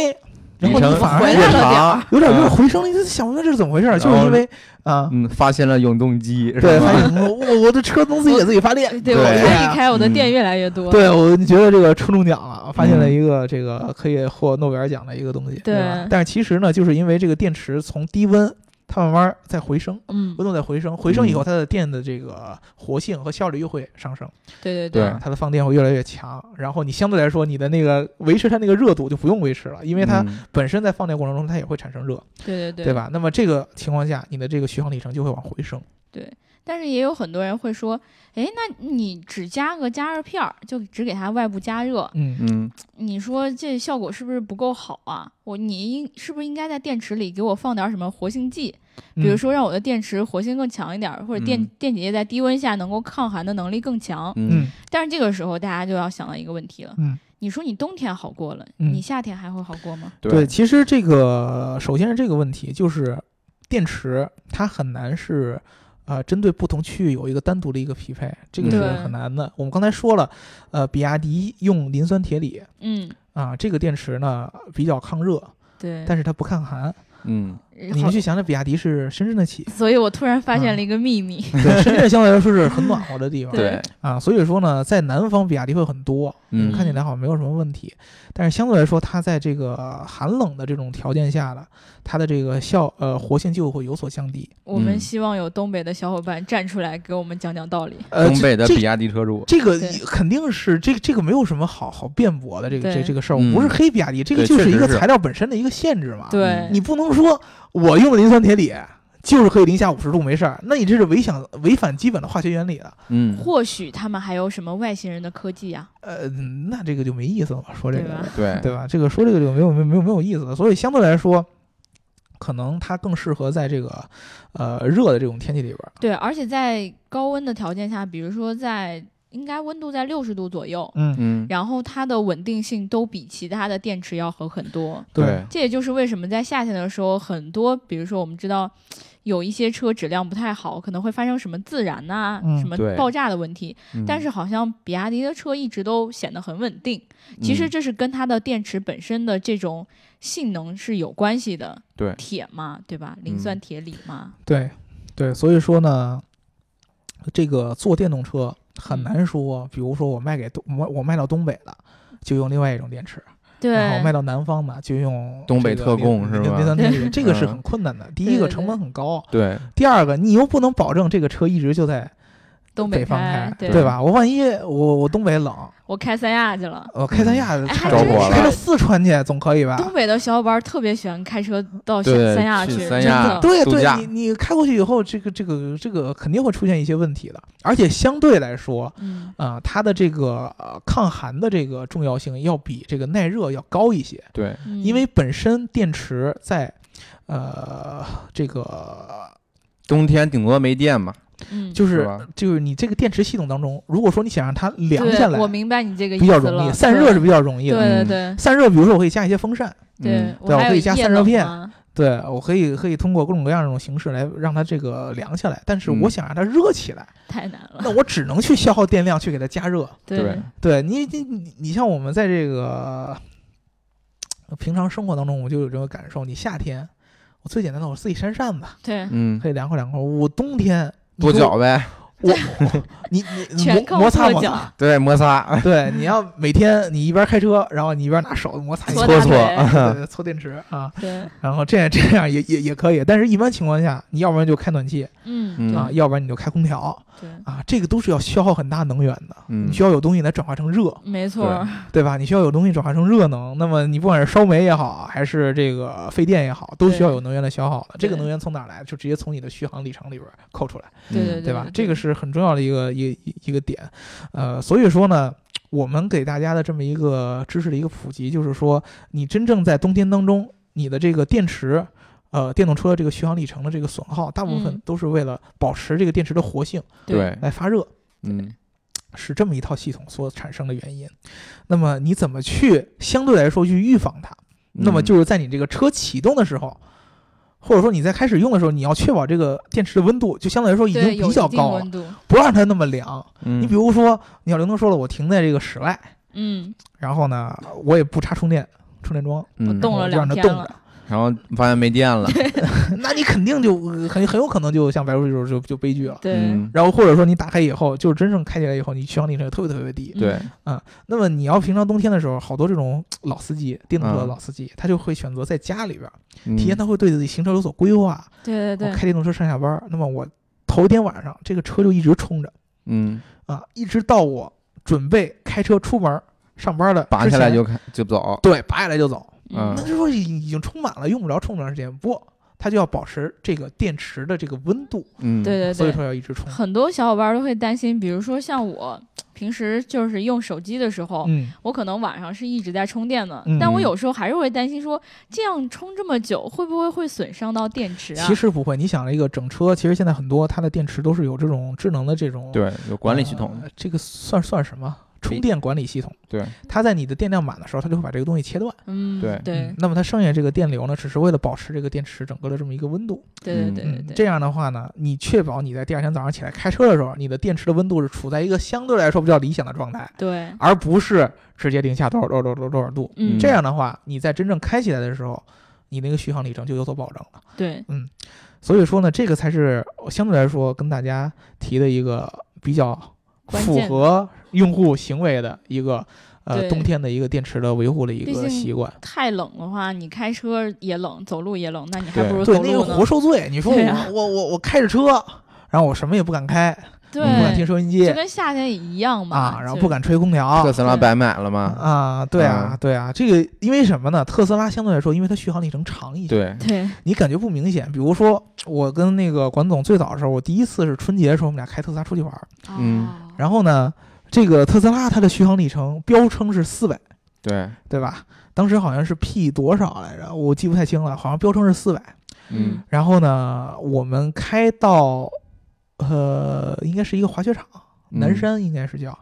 [SPEAKER 4] 然
[SPEAKER 5] 里
[SPEAKER 4] 后
[SPEAKER 5] 程
[SPEAKER 4] 你反而
[SPEAKER 3] 回
[SPEAKER 5] 越
[SPEAKER 3] 来了点
[SPEAKER 5] 长
[SPEAKER 3] 儿，
[SPEAKER 4] 有点有点回声，你就想不明白这是怎么回事儿，
[SPEAKER 5] 嗯然
[SPEAKER 4] 就
[SPEAKER 5] 后
[SPEAKER 4] 是因为啊，
[SPEAKER 5] 嗯，发现了永动机，是
[SPEAKER 4] 对，
[SPEAKER 5] 吧
[SPEAKER 4] 发现我我我的车能自己给自己发电，
[SPEAKER 3] 对
[SPEAKER 5] 对
[SPEAKER 3] 我
[SPEAKER 4] 呀
[SPEAKER 3] 开一开，我的
[SPEAKER 5] 嗯
[SPEAKER 3] 电越来越多。
[SPEAKER 4] 啊对我觉得这个抽中奖了，发现了一个这个可以获诺贝尔奖的一个东西，
[SPEAKER 3] 对
[SPEAKER 4] 吧？但是其实呢，就是因为这个电池从低温。它慢慢在回升，
[SPEAKER 3] 嗯，
[SPEAKER 4] 温度在回升，回升以后，
[SPEAKER 5] 嗯
[SPEAKER 4] 它的电的这个活性和效率又会上升，
[SPEAKER 3] 对对
[SPEAKER 5] 对
[SPEAKER 4] 啊它的放电会越来越强。然后你相对来说，你的那个维持它那个热度就不用维持了，因为它
[SPEAKER 5] 嗯
[SPEAKER 4] 本身在放电过程中它也会产生热，
[SPEAKER 3] 对对对
[SPEAKER 4] 对？吧？那么这个情况下，你的这个续航里程就会往回升。
[SPEAKER 3] 但是也有很多人会说，哎，那你只加个加热片儿，就只给它外部加热，
[SPEAKER 4] 嗯
[SPEAKER 5] 嗯，
[SPEAKER 3] 你说这效果是不是不够好啊？我你应是不是应该在电池里给我放点儿什么活性剂，比如
[SPEAKER 4] 嗯
[SPEAKER 3] 说让我的电池活性更强一点儿，或者电、
[SPEAKER 5] 嗯
[SPEAKER 3] 电解液在低温下能够抗寒的能力更强。
[SPEAKER 5] 嗯
[SPEAKER 4] 嗯，
[SPEAKER 3] 但是这个时候大家就要想到一个问题了，
[SPEAKER 4] 嗯
[SPEAKER 3] 你说你冬天好过了，
[SPEAKER 4] 嗯
[SPEAKER 3] 你夏天还会好过吗？
[SPEAKER 4] 对，，其实这个首先是这个问题，就是电池它很难是。呃，针对不同区域有一个单独的一个匹配，这个是
[SPEAKER 3] 对
[SPEAKER 4] 很难的。我们刚才说了，呃，比亚迪用磷酸铁锂
[SPEAKER 3] 嗯，
[SPEAKER 4] 啊，这个电池呢比较抗热，
[SPEAKER 3] 对。
[SPEAKER 4] 但是它不抗寒。
[SPEAKER 5] 嗯，
[SPEAKER 3] 呃
[SPEAKER 4] 你
[SPEAKER 3] 好
[SPEAKER 4] 们去想想，比亚迪是深圳的企业，
[SPEAKER 3] 所以我突然发现
[SPEAKER 4] 嗯
[SPEAKER 3] 了一个秘密，
[SPEAKER 4] 对，深圳相对来说是很暖和的地方，
[SPEAKER 5] 对，
[SPEAKER 4] 啊，所以说呢，在南方比亚迪会很多，
[SPEAKER 5] 嗯
[SPEAKER 4] 看起来好像没有什么问题，但是相对来说，它在这个寒冷的这种条件下呢，它的这个效呃活性就会有所降低。
[SPEAKER 3] 我们
[SPEAKER 5] 嗯
[SPEAKER 3] 希望有东北的小伙伴站出来给我们讲讲道理。
[SPEAKER 4] 呃，
[SPEAKER 5] 东北的
[SPEAKER 4] 这
[SPEAKER 5] 比亚迪车主，
[SPEAKER 4] 这个
[SPEAKER 3] 对
[SPEAKER 4] 肯定是这个这个没有什么好好辩驳的，这个这
[SPEAKER 3] 对
[SPEAKER 4] 这个事儿，
[SPEAKER 5] 嗯
[SPEAKER 4] 我不是黑比亚迪，这个
[SPEAKER 5] 对
[SPEAKER 4] 就是一个
[SPEAKER 5] 确实是
[SPEAKER 4] 啊嗯材料本身的一个限制嘛。
[SPEAKER 3] 对，
[SPEAKER 4] 你不能说我用的磷酸铁锂就是可以零下五十度没事儿，那你这是违想违反基本的化学原理了。
[SPEAKER 5] 嗯，
[SPEAKER 3] 或许他们还有什么外星人的科技呀、
[SPEAKER 4] 呃，那这个就没意思了，说这
[SPEAKER 3] 对
[SPEAKER 4] 个
[SPEAKER 3] 吧？
[SPEAKER 5] 对，
[SPEAKER 4] 对吧？这个说这个就没有没有没有没有意思了。所以相对来说，可能它更适合在这个呃热的这种天气里边儿。
[SPEAKER 3] 对，而且在高温的条件下，比如说在应该温度在六十度左右，
[SPEAKER 4] 嗯，
[SPEAKER 5] 嗯，
[SPEAKER 3] 然后它的稳定性都比其他的电池要好很多。
[SPEAKER 5] 对，
[SPEAKER 3] 这也就是为什么在夏天的时候，很多比如说我们知道有一些车质量不太好，可能会发生什么自燃呐、
[SPEAKER 4] 嗯
[SPEAKER 3] 什么
[SPEAKER 5] 对
[SPEAKER 3] 爆炸的问题。
[SPEAKER 5] 嗯
[SPEAKER 3] 但是好像比亚迪的车一直都显得很稳定，其实
[SPEAKER 5] 嗯
[SPEAKER 3] 这是跟它的电池本身的这种性能是有关系的。
[SPEAKER 5] 对
[SPEAKER 3] 铁嘛，对吧？磷
[SPEAKER 5] 嗯
[SPEAKER 3] 酸铁锂嘛。
[SPEAKER 4] 对对，所以说呢，这个做电动车很
[SPEAKER 3] 嗯
[SPEAKER 4] 难说，比如说我卖给东我我卖到东北了，就用另外一种电池，
[SPEAKER 3] 对，
[SPEAKER 4] 然后卖到南方嘛，就用
[SPEAKER 5] 东北
[SPEAKER 4] 这
[SPEAKER 5] 特
[SPEAKER 4] 个
[SPEAKER 5] 供
[SPEAKER 4] 磷
[SPEAKER 5] 是吧
[SPEAKER 4] 磷酸铁 锂这个是
[SPEAKER 5] 嗯
[SPEAKER 4] 很困难的。第
[SPEAKER 3] 对
[SPEAKER 4] 一个
[SPEAKER 3] 对
[SPEAKER 4] 成本很高，
[SPEAKER 5] 对，
[SPEAKER 4] 第二个你又不能保证这个车一直就在
[SPEAKER 3] 东
[SPEAKER 4] 北
[SPEAKER 3] 北
[SPEAKER 4] 方
[SPEAKER 3] 开
[SPEAKER 4] 开，，
[SPEAKER 3] 对
[SPEAKER 4] 对？吧？我万一我我东北冷，
[SPEAKER 3] 我开三亚去了。
[SPEAKER 4] 我呃开三亚
[SPEAKER 3] 哎还
[SPEAKER 4] 差
[SPEAKER 5] 真
[SPEAKER 4] 点
[SPEAKER 5] 是
[SPEAKER 4] 开到四川去总可以吧？
[SPEAKER 3] 东北的小伙伴儿特别喜欢开车到小
[SPEAKER 5] 对
[SPEAKER 3] 三亚
[SPEAKER 5] 去
[SPEAKER 3] 去，
[SPEAKER 5] 三
[SPEAKER 3] 真
[SPEAKER 5] 亚
[SPEAKER 3] 的
[SPEAKER 4] 啊对
[SPEAKER 5] 度假
[SPEAKER 4] 对，你你开过去以后，这个这个这个肯定会出现一些问题的，而且相对来说，
[SPEAKER 3] 嗯，
[SPEAKER 4] 啊，它的这个、呃、抗寒的这个重要性要比这个耐热要高一些，
[SPEAKER 5] 对，
[SPEAKER 3] 嗯
[SPEAKER 4] 因为本身电池在，呃，这个
[SPEAKER 5] 冬天顶多没电嘛，
[SPEAKER 3] 嗯
[SPEAKER 4] 就是是
[SPEAKER 5] 吧
[SPEAKER 4] 就是你这个电池系统当中，如果说你想让它凉
[SPEAKER 3] 对
[SPEAKER 4] 下来
[SPEAKER 3] 我，明白你这个意
[SPEAKER 4] 比较
[SPEAKER 3] 思
[SPEAKER 4] 容
[SPEAKER 3] 了。
[SPEAKER 4] 易，散热是
[SPEAKER 3] 对
[SPEAKER 4] 比较容易的。
[SPEAKER 3] 对对
[SPEAKER 5] 嗯
[SPEAKER 3] 对
[SPEAKER 4] 散热，比如说我可以加一些风扇，
[SPEAKER 3] 对
[SPEAKER 5] 嗯，
[SPEAKER 4] 对我
[SPEAKER 3] 还
[SPEAKER 4] 可
[SPEAKER 3] 有
[SPEAKER 4] 以加
[SPEAKER 3] 液
[SPEAKER 4] 散热
[SPEAKER 3] 冷
[SPEAKER 4] 片
[SPEAKER 3] 嘛
[SPEAKER 4] 对我可以可以通过各种各样这种形式来让它这个凉下来，但是
[SPEAKER 5] 嗯
[SPEAKER 4] 我想让它热起来，
[SPEAKER 3] 太难了。
[SPEAKER 4] 那我只能去消耗电量去给它加热。
[SPEAKER 5] 对
[SPEAKER 4] 对你，你你你像我们在这个呃平常生活当中，我就有这个感受。你夏天，我最简单的我自己扇扇子，
[SPEAKER 3] 对，
[SPEAKER 5] 嗯，
[SPEAKER 4] 可以凉快凉快。我冬天你
[SPEAKER 5] 跺
[SPEAKER 4] 给我
[SPEAKER 5] 脚呗，
[SPEAKER 4] 我 我你你
[SPEAKER 3] 全
[SPEAKER 4] 摩
[SPEAKER 3] 靠
[SPEAKER 4] 摩擦
[SPEAKER 3] 跺
[SPEAKER 4] 摩
[SPEAKER 3] 脚
[SPEAKER 4] 擦。
[SPEAKER 5] 对，摩擦，
[SPEAKER 4] 对，你要每天你一边开车，然后你一边拿手摩擦一下
[SPEAKER 3] 搓
[SPEAKER 5] 搓
[SPEAKER 3] 大腿，
[SPEAKER 4] 对
[SPEAKER 5] 搓
[SPEAKER 4] 对搓电池啊，
[SPEAKER 3] 对，
[SPEAKER 4] 然后这样这样也 也也可以，但是一般情况下，你要不然就开暖气
[SPEAKER 3] 嗯
[SPEAKER 5] 嗯
[SPEAKER 4] 啊，要不然你就开空调
[SPEAKER 3] 对，
[SPEAKER 4] 啊，这个都是要消耗很大能源的，
[SPEAKER 5] 嗯
[SPEAKER 4] 你，需要有东西来转化成热，
[SPEAKER 3] 没错儿，
[SPEAKER 4] 对吧？你需要有东西转化成热能，那么你不管是烧煤也好，还是这个费电也好，都需要有能源的消耗的。这个
[SPEAKER 3] 对
[SPEAKER 4] 能源从哪儿来？就直接从你的续航里程里边儿扣出来，
[SPEAKER 3] 对
[SPEAKER 5] 嗯
[SPEAKER 3] 对
[SPEAKER 4] 吧？这个是很重要的一个一一一个点，呃，所以说呢。我们给大家的这么一个知识的一个普及，就是说，你真正在冬天当中，你的这个电池，呃，电动车这个续航里程的这个损耗，大部分
[SPEAKER 3] 嗯
[SPEAKER 4] 都是为了保持这个电池的活性
[SPEAKER 5] 对，
[SPEAKER 4] 来发热。
[SPEAKER 5] 嗯，
[SPEAKER 4] 是这么一套系统所产生的原因。那么你怎么去相对来说去预防它？那么
[SPEAKER 5] 嗯
[SPEAKER 4] 就是在你这个车启动的时候，或者说你在开始用的时候，你要确保这个电池的温度就相对来说已经
[SPEAKER 3] 对有
[SPEAKER 4] 比
[SPEAKER 3] 一
[SPEAKER 4] 较
[SPEAKER 3] 定
[SPEAKER 4] 高了
[SPEAKER 3] 温，度，
[SPEAKER 4] 不让它那么凉。
[SPEAKER 5] 嗯
[SPEAKER 4] 你比如说，你要刘能说了，我停在这个室外，
[SPEAKER 3] 嗯，
[SPEAKER 4] 然后呢，我也不插充电充电桩，
[SPEAKER 5] 嗯
[SPEAKER 3] 我冻了
[SPEAKER 4] 然后
[SPEAKER 3] 两
[SPEAKER 4] 就让它
[SPEAKER 3] 天
[SPEAKER 4] 冻
[SPEAKER 3] 了
[SPEAKER 4] 着，
[SPEAKER 5] 然后发现没电了，
[SPEAKER 4] 那你肯定就呃很很有可能就像白叔这种就就悲剧了。
[SPEAKER 3] 对
[SPEAKER 5] 嗯，
[SPEAKER 4] 然后或者说你打开以后，就是真正开起来以后，你续航里程也特别特别低。
[SPEAKER 5] 对
[SPEAKER 3] 嗯
[SPEAKER 4] 那么你要平常冬天的时候，好多这种老司机，电动车的
[SPEAKER 5] 嗯
[SPEAKER 4] 老司机，他就会选择在家里边儿，
[SPEAKER 5] 嗯
[SPEAKER 4] 提前他会对自己行车有所规划。
[SPEAKER 3] 对对
[SPEAKER 4] 我
[SPEAKER 3] 对，
[SPEAKER 4] 开电动车上下班儿，那么我头一天晚上这个车就一直充着
[SPEAKER 5] 嗯，
[SPEAKER 4] 啊，一直到我准备开车出门儿上班了，
[SPEAKER 5] 拔下来就看就走，
[SPEAKER 4] 对，拔下来就走。
[SPEAKER 5] 嗯
[SPEAKER 4] 那就说已已经充满了，用不着充多长时间。不，他就要保持这个电池的这个温度，
[SPEAKER 5] 嗯，
[SPEAKER 3] 对对
[SPEAKER 4] 所以
[SPEAKER 3] 对，
[SPEAKER 4] 说要一直充。
[SPEAKER 3] 很多小伙伴儿都会担心，比如说像我平时就是用手机的时候，
[SPEAKER 4] 嗯，
[SPEAKER 3] 我可能晚上是一直在充电的，
[SPEAKER 4] 嗯
[SPEAKER 3] 但我有时候还是会担心说，这样充这么久会不会会损伤到电池啊？
[SPEAKER 4] 其实不会。你想了一个整车，其实现在很多它的电池都是有这种智能的这种
[SPEAKER 5] 对，有管理系统
[SPEAKER 4] 呃，这个算算什么？充
[SPEAKER 5] 没
[SPEAKER 4] 电管理系统，
[SPEAKER 5] 对，
[SPEAKER 4] 它在你的电量满的时候，它就会把这个东西切断。
[SPEAKER 3] 嗯，
[SPEAKER 5] 对
[SPEAKER 3] 对
[SPEAKER 4] 嗯那么它剩下这个电流呢，只是为了保持这个电池整个的这么一个温度。
[SPEAKER 3] 对对
[SPEAKER 5] 嗯
[SPEAKER 3] 对
[SPEAKER 4] 嗯
[SPEAKER 3] 对
[SPEAKER 4] 这
[SPEAKER 3] 对，
[SPEAKER 4] 样的话呢，你确保你在第二天早上起来开车的时候，你的电池的温度是处在一个相对来说比较理想的状态，
[SPEAKER 3] 对，
[SPEAKER 4] 而不是直接零下多少多少多少多少多少度。
[SPEAKER 3] 嗯，
[SPEAKER 4] 嗯这样的话，你在真正开起来的时候，你那个续航里程就有所保证了。
[SPEAKER 3] 对，
[SPEAKER 4] 所以说呢，这个才是相对来说跟大家提的一个比较
[SPEAKER 3] 关
[SPEAKER 4] 符
[SPEAKER 3] 键
[SPEAKER 4] 合用户行为的一个呃
[SPEAKER 3] 对
[SPEAKER 4] 冬天的一个电池的维护的一
[SPEAKER 3] 毕
[SPEAKER 4] 个
[SPEAKER 3] 竟
[SPEAKER 4] 习惯。
[SPEAKER 3] 太冷的话，你开车也冷，走路也冷，那你还
[SPEAKER 5] 对
[SPEAKER 3] 不如
[SPEAKER 4] 对
[SPEAKER 3] 走，
[SPEAKER 4] 那个
[SPEAKER 3] 路呢
[SPEAKER 4] 活。受罪。你说
[SPEAKER 3] 对
[SPEAKER 4] 我、
[SPEAKER 3] 啊
[SPEAKER 4] 我我我开着车，然后我什么也不敢开，
[SPEAKER 3] 对，
[SPEAKER 4] 不敢听收音机
[SPEAKER 3] 就跟夏天也一样嘛。
[SPEAKER 4] 啊，然后
[SPEAKER 3] 就
[SPEAKER 4] 不敢吹空调
[SPEAKER 5] 特斯拉白买了吗？
[SPEAKER 4] 啊，对啊
[SPEAKER 5] 嗯，
[SPEAKER 4] 对啊，这个因为什么呢？特斯拉相对来说，因为它续航里程长一些，
[SPEAKER 5] 对，
[SPEAKER 3] 对，
[SPEAKER 4] 你感觉不明显。比如说，我跟那个管总最早的时候，我第一次是春节的时候，我们俩开特斯拉出去玩儿，
[SPEAKER 5] 嗯
[SPEAKER 3] 哦
[SPEAKER 4] 然后呢，这个特斯拉它的续航里程标称是四百，
[SPEAKER 5] 对，
[SPEAKER 4] 对吧？当时好像是 P 多少来着，我记不太清了，好像标称是四百。
[SPEAKER 5] 嗯，
[SPEAKER 4] 然后呢，我们开到，呃，应该是一个滑雪场，南
[SPEAKER 5] 嗯，
[SPEAKER 4] 山应该是叫，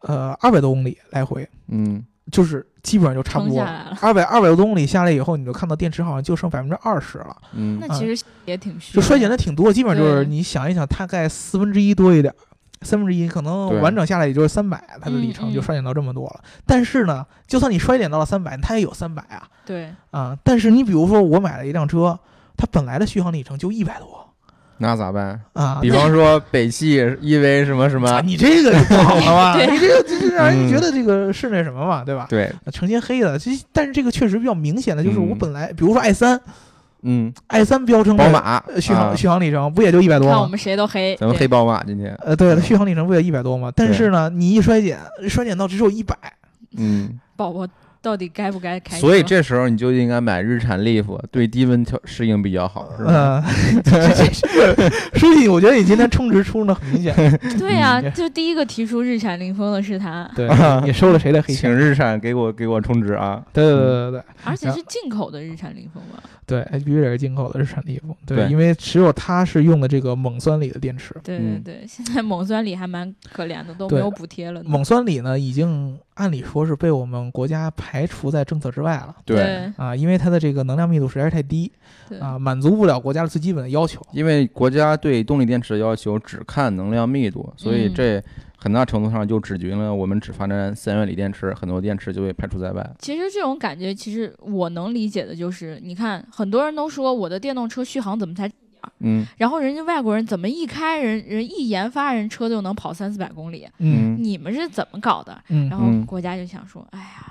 [SPEAKER 4] 呃，二百多公里来回，
[SPEAKER 5] 嗯，
[SPEAKER 4] 就是基本上就差不
[SPEAKER 3] 撑
[SPEAKER 4] 多
[SPEAKER 3] 下来了。
[SPEAKER 4] 二百二百多公里下来以后，你就看到电池好像就剩百分之二十了，
[SPEAKER 5] 嗯，
[SPEAKER 3] 那
[SPEAKER 4] 啊
[SPEAKER 3] 其实也挺虚，
[SPEAKER 4] 就衰减的。挺多，基本上就是
[SPEAKER 3] 对
[SPEAKER 4] 你想一想，大概四分之一多一点儿，三分之一可能
[SPEAKER 5] 对
[SPEAKER 4] 完整下来也就是三百，它的里
[SPEAKER 3] 嗯嗯
[SPEAKER 4] 程就衰减到这么多了。但是呢，就算你衰减到了三百，它也有三百啊
[SPEAKER 3] 对，
[SPEAKER 4] 啊！但是你比如说我买了一辆车，它本来的续航里程就一百多
[SPEAKER 5] 那咋办？
[SPEAKER 4] 啊，
[SPEAKER 5] 比方说北汽因为什么什
[SPEAKER 4] 啊
[SPEAKER 5] 么，
[SPEAKER 4] 你这个就不好了 吧？
[SPEAKER 3] 对
[SPEAKER 4] 你这个就是让人
[SPEAKER 5] 嗯
[SPEAKER 4] 觉得这个是那什么嘛，对吧？
[SPEAKER 5] 对，
[SPEAKER 4] 成天黑的，这但是这个确实比较明显的就是我
[SPEAKER 5] 嗯
[SPEAKER 4] 本来，比如说 i 三
[SPEAKER 5] 嗯，
[SPEAKER 4] ，i 三标称的
[SPEAKER 5] 宝马
[SPEAKER 4] 呃续航
[SPEAKER 5] 啊
[SPEAKER 4] 续航里程不也就一百多
[SPEAKER 3] 看我
[SPEAKER 4] 吗？
[SPEAKER 3] 们谁都黑，
[SPEAKER 5] 咱们黑
[SPEAKER 3] 对
[SPEAKER 5] 宝马今天，
[SPEAKER 4] 呃，对了，续航里程不也一百多吗？但
[SPEAKER 5] 嗯对
[SPEAKER 4] 是呢，你一衰减，衰减到只有一百，
[SPEAKER 5] 嗯，
[SPEAKER 3] 宝宝到底该不该开车？
[SPEAKER 5] 所以这时候你就应该买日产 Leaf，对低温调适应比较好，是吧？
[SPEAKER 4] 嗯，所以我觉得你今天充值充的很明 显，
[SPEAKER 3] 对呀、
[SPEAKER 4] 嗯
[SPEAKER 3] 就第一个提出日产凌风的是他，
[SPEAKER 4] 对，也收了谁的黑
[SPEAKER 5] 啊请
[SPEAKER 4] 钱？
[SPEAKER 5] 日产给我给我充值啊！
[SPEAKER 4] 对对对对
[SPEAKER 3] 而且是进口的日产凌风吧？
[SPEAKER 4] 对对，HB 也是进口的日产的衣服，对，
[SPEAKER 5] 对
[SPEAKER 4] 因为只有它是用的这个锰酸锂的电池，
[SPEAKER 3] 对对
[SPEAKER 5] 嗯
[SPEAKER 3] 对，现在锰酸锂还蛮可怜的，都
[SPEAKER 4] 对
[SPEAKER 3] 没有补贴了呢。
[SPEAKER 4] 锰酸锂呢已经按理说是被我们国家排除在政策之外了。
[SPEAKER 5] 对，
[SPEAKER 4] 啊，因为它的这个能量密度实在是太低
[SPEAKER 3] 对
[SPEAKER 4] 啊，满足不了国家的最基本的要求。
[SPEAKER 5] 因为国家对动力电池的要求只看能量密度，所以
[SPEAKER 3] 嗯
[SPEAKER 5] 这很大程度上就只决定了我们只发展三元锂电池，很多电池就被排除在外。
[SPEAKER 3] 其实这种感觉，其实我能理解的就是，你看很多人都说我的电动车续航怎么才，
[SPEAKER 5] 嗯
[SPEAKER 3] 然后人家外国人怎么一开人人一研发人车就能跑三四百公里，
[SPEAKER 5] 嗯
[SPEAKER 3] 你们是怎么搞的？
[SPEAKER 4] 嗯，
[SPEAKER 3] 然后
[SPEAKER 5] 嗯
[SPEAKER 3] 国家就想说，哎呀。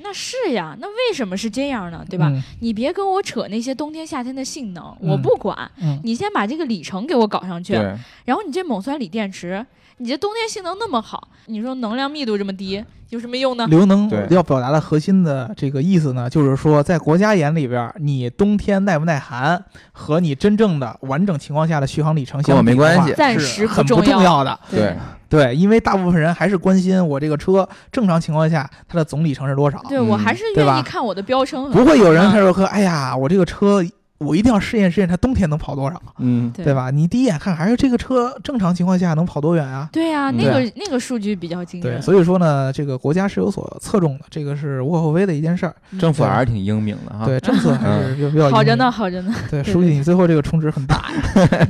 [SPEAKER 3] 那是呀，那为什么是这样呢？对吧？
[SPEAKER 4] 嗯？
[SPEAKER 3] 你别跟我扯那些冬天夏天的性能，我
[SPEAKER 4] 嗯
[SPEAKER 3] 不管。
[SPEAKER 4] 嗯，
[SPEAKER 3] 你先把这个里程给我搞上去，
[SPEAKER 5] 对，
[SPEAKER 3] 然后你这锰酸锂电池，你这冬天性能那么好，你说能量密度这么低，有什么用 呢？
[SPEAKER 4] 刘能
[SPEAKER 5] 对
[SPEAKER 4] 要表达的核心的这个意思呢，就是说，在国家眼里边儿，你冬天耐不耐寒和你真正的完整情况下的续航里程
[SPEAKER 5] 跟
[SPEAKER 4] 相
[SPEAKER 5] 我
[SPEAKER 4] 比
[SPEAKER 5] 没
[SPEAKER 4] 的话
[SPEAKER 5] 关系
[SPEAKER 3] 暂
[SPEAKER 4] 是
[SPEAKER 3] 时不
[SPEAKER 4] 很不
[SPEAKER 3] 重要
[SPEAKER 4] 重要的。
[SPEAKER 5] 对，
[SPEAKER 4] 对，因为大部分人还是关心我这个车正常情况下它的总里程是多少，
[SPEAKER 3] 对
[SPEAKER 5] 嗯
[SPEAKER 3] 我还是
[SPEAKER 4] 对
[SPEAKER 3] 愿
[SPEAKER 4] 吧
[SPEAKER 3] 意看我的标称。
[SPEAKER 4] 不会有人
[SPEAKER 3] 嗯
[SPEAKER 4] 开始说，哎呀，我这个车我一定要试验试验它冬天能跑多少，
[SPEAKER 5] 嗯，
[SPEAKER 3] 对
[SPEAKER 4] 对吧？你第一眼看还是这个车正常情况下能跑多远啊？
[SPEAKER 3] 对呀、
[SPEAKER 5] 嗯
[SPEAKER 3] 那个那个数据比较惊
[SPEAKER 4] 对，
[SPEAKER 3] 人。
[SPEAKER 4] 所以说呢，这个国家是有所侧重的，这个是无可厚非的一件事儿。
[SPEAKER 5] 政府还是挺英明的哈。
[SPEAKER 4] 对，政策还
[SPEAKER 5] 嗯
[SPEAKER 4] 是比较
[SPEAKER 3] 好着
[SPEAKER 4] 严
[SPEAKER 3] 呢，好着呢，
[SPEAKER 4] 对，
[SPEAKER 3] 对
[SPEAKER 4] 书记，
[SPEAKER 3] 对
[SPEAKER 4] 你最后这个充值很 大呀。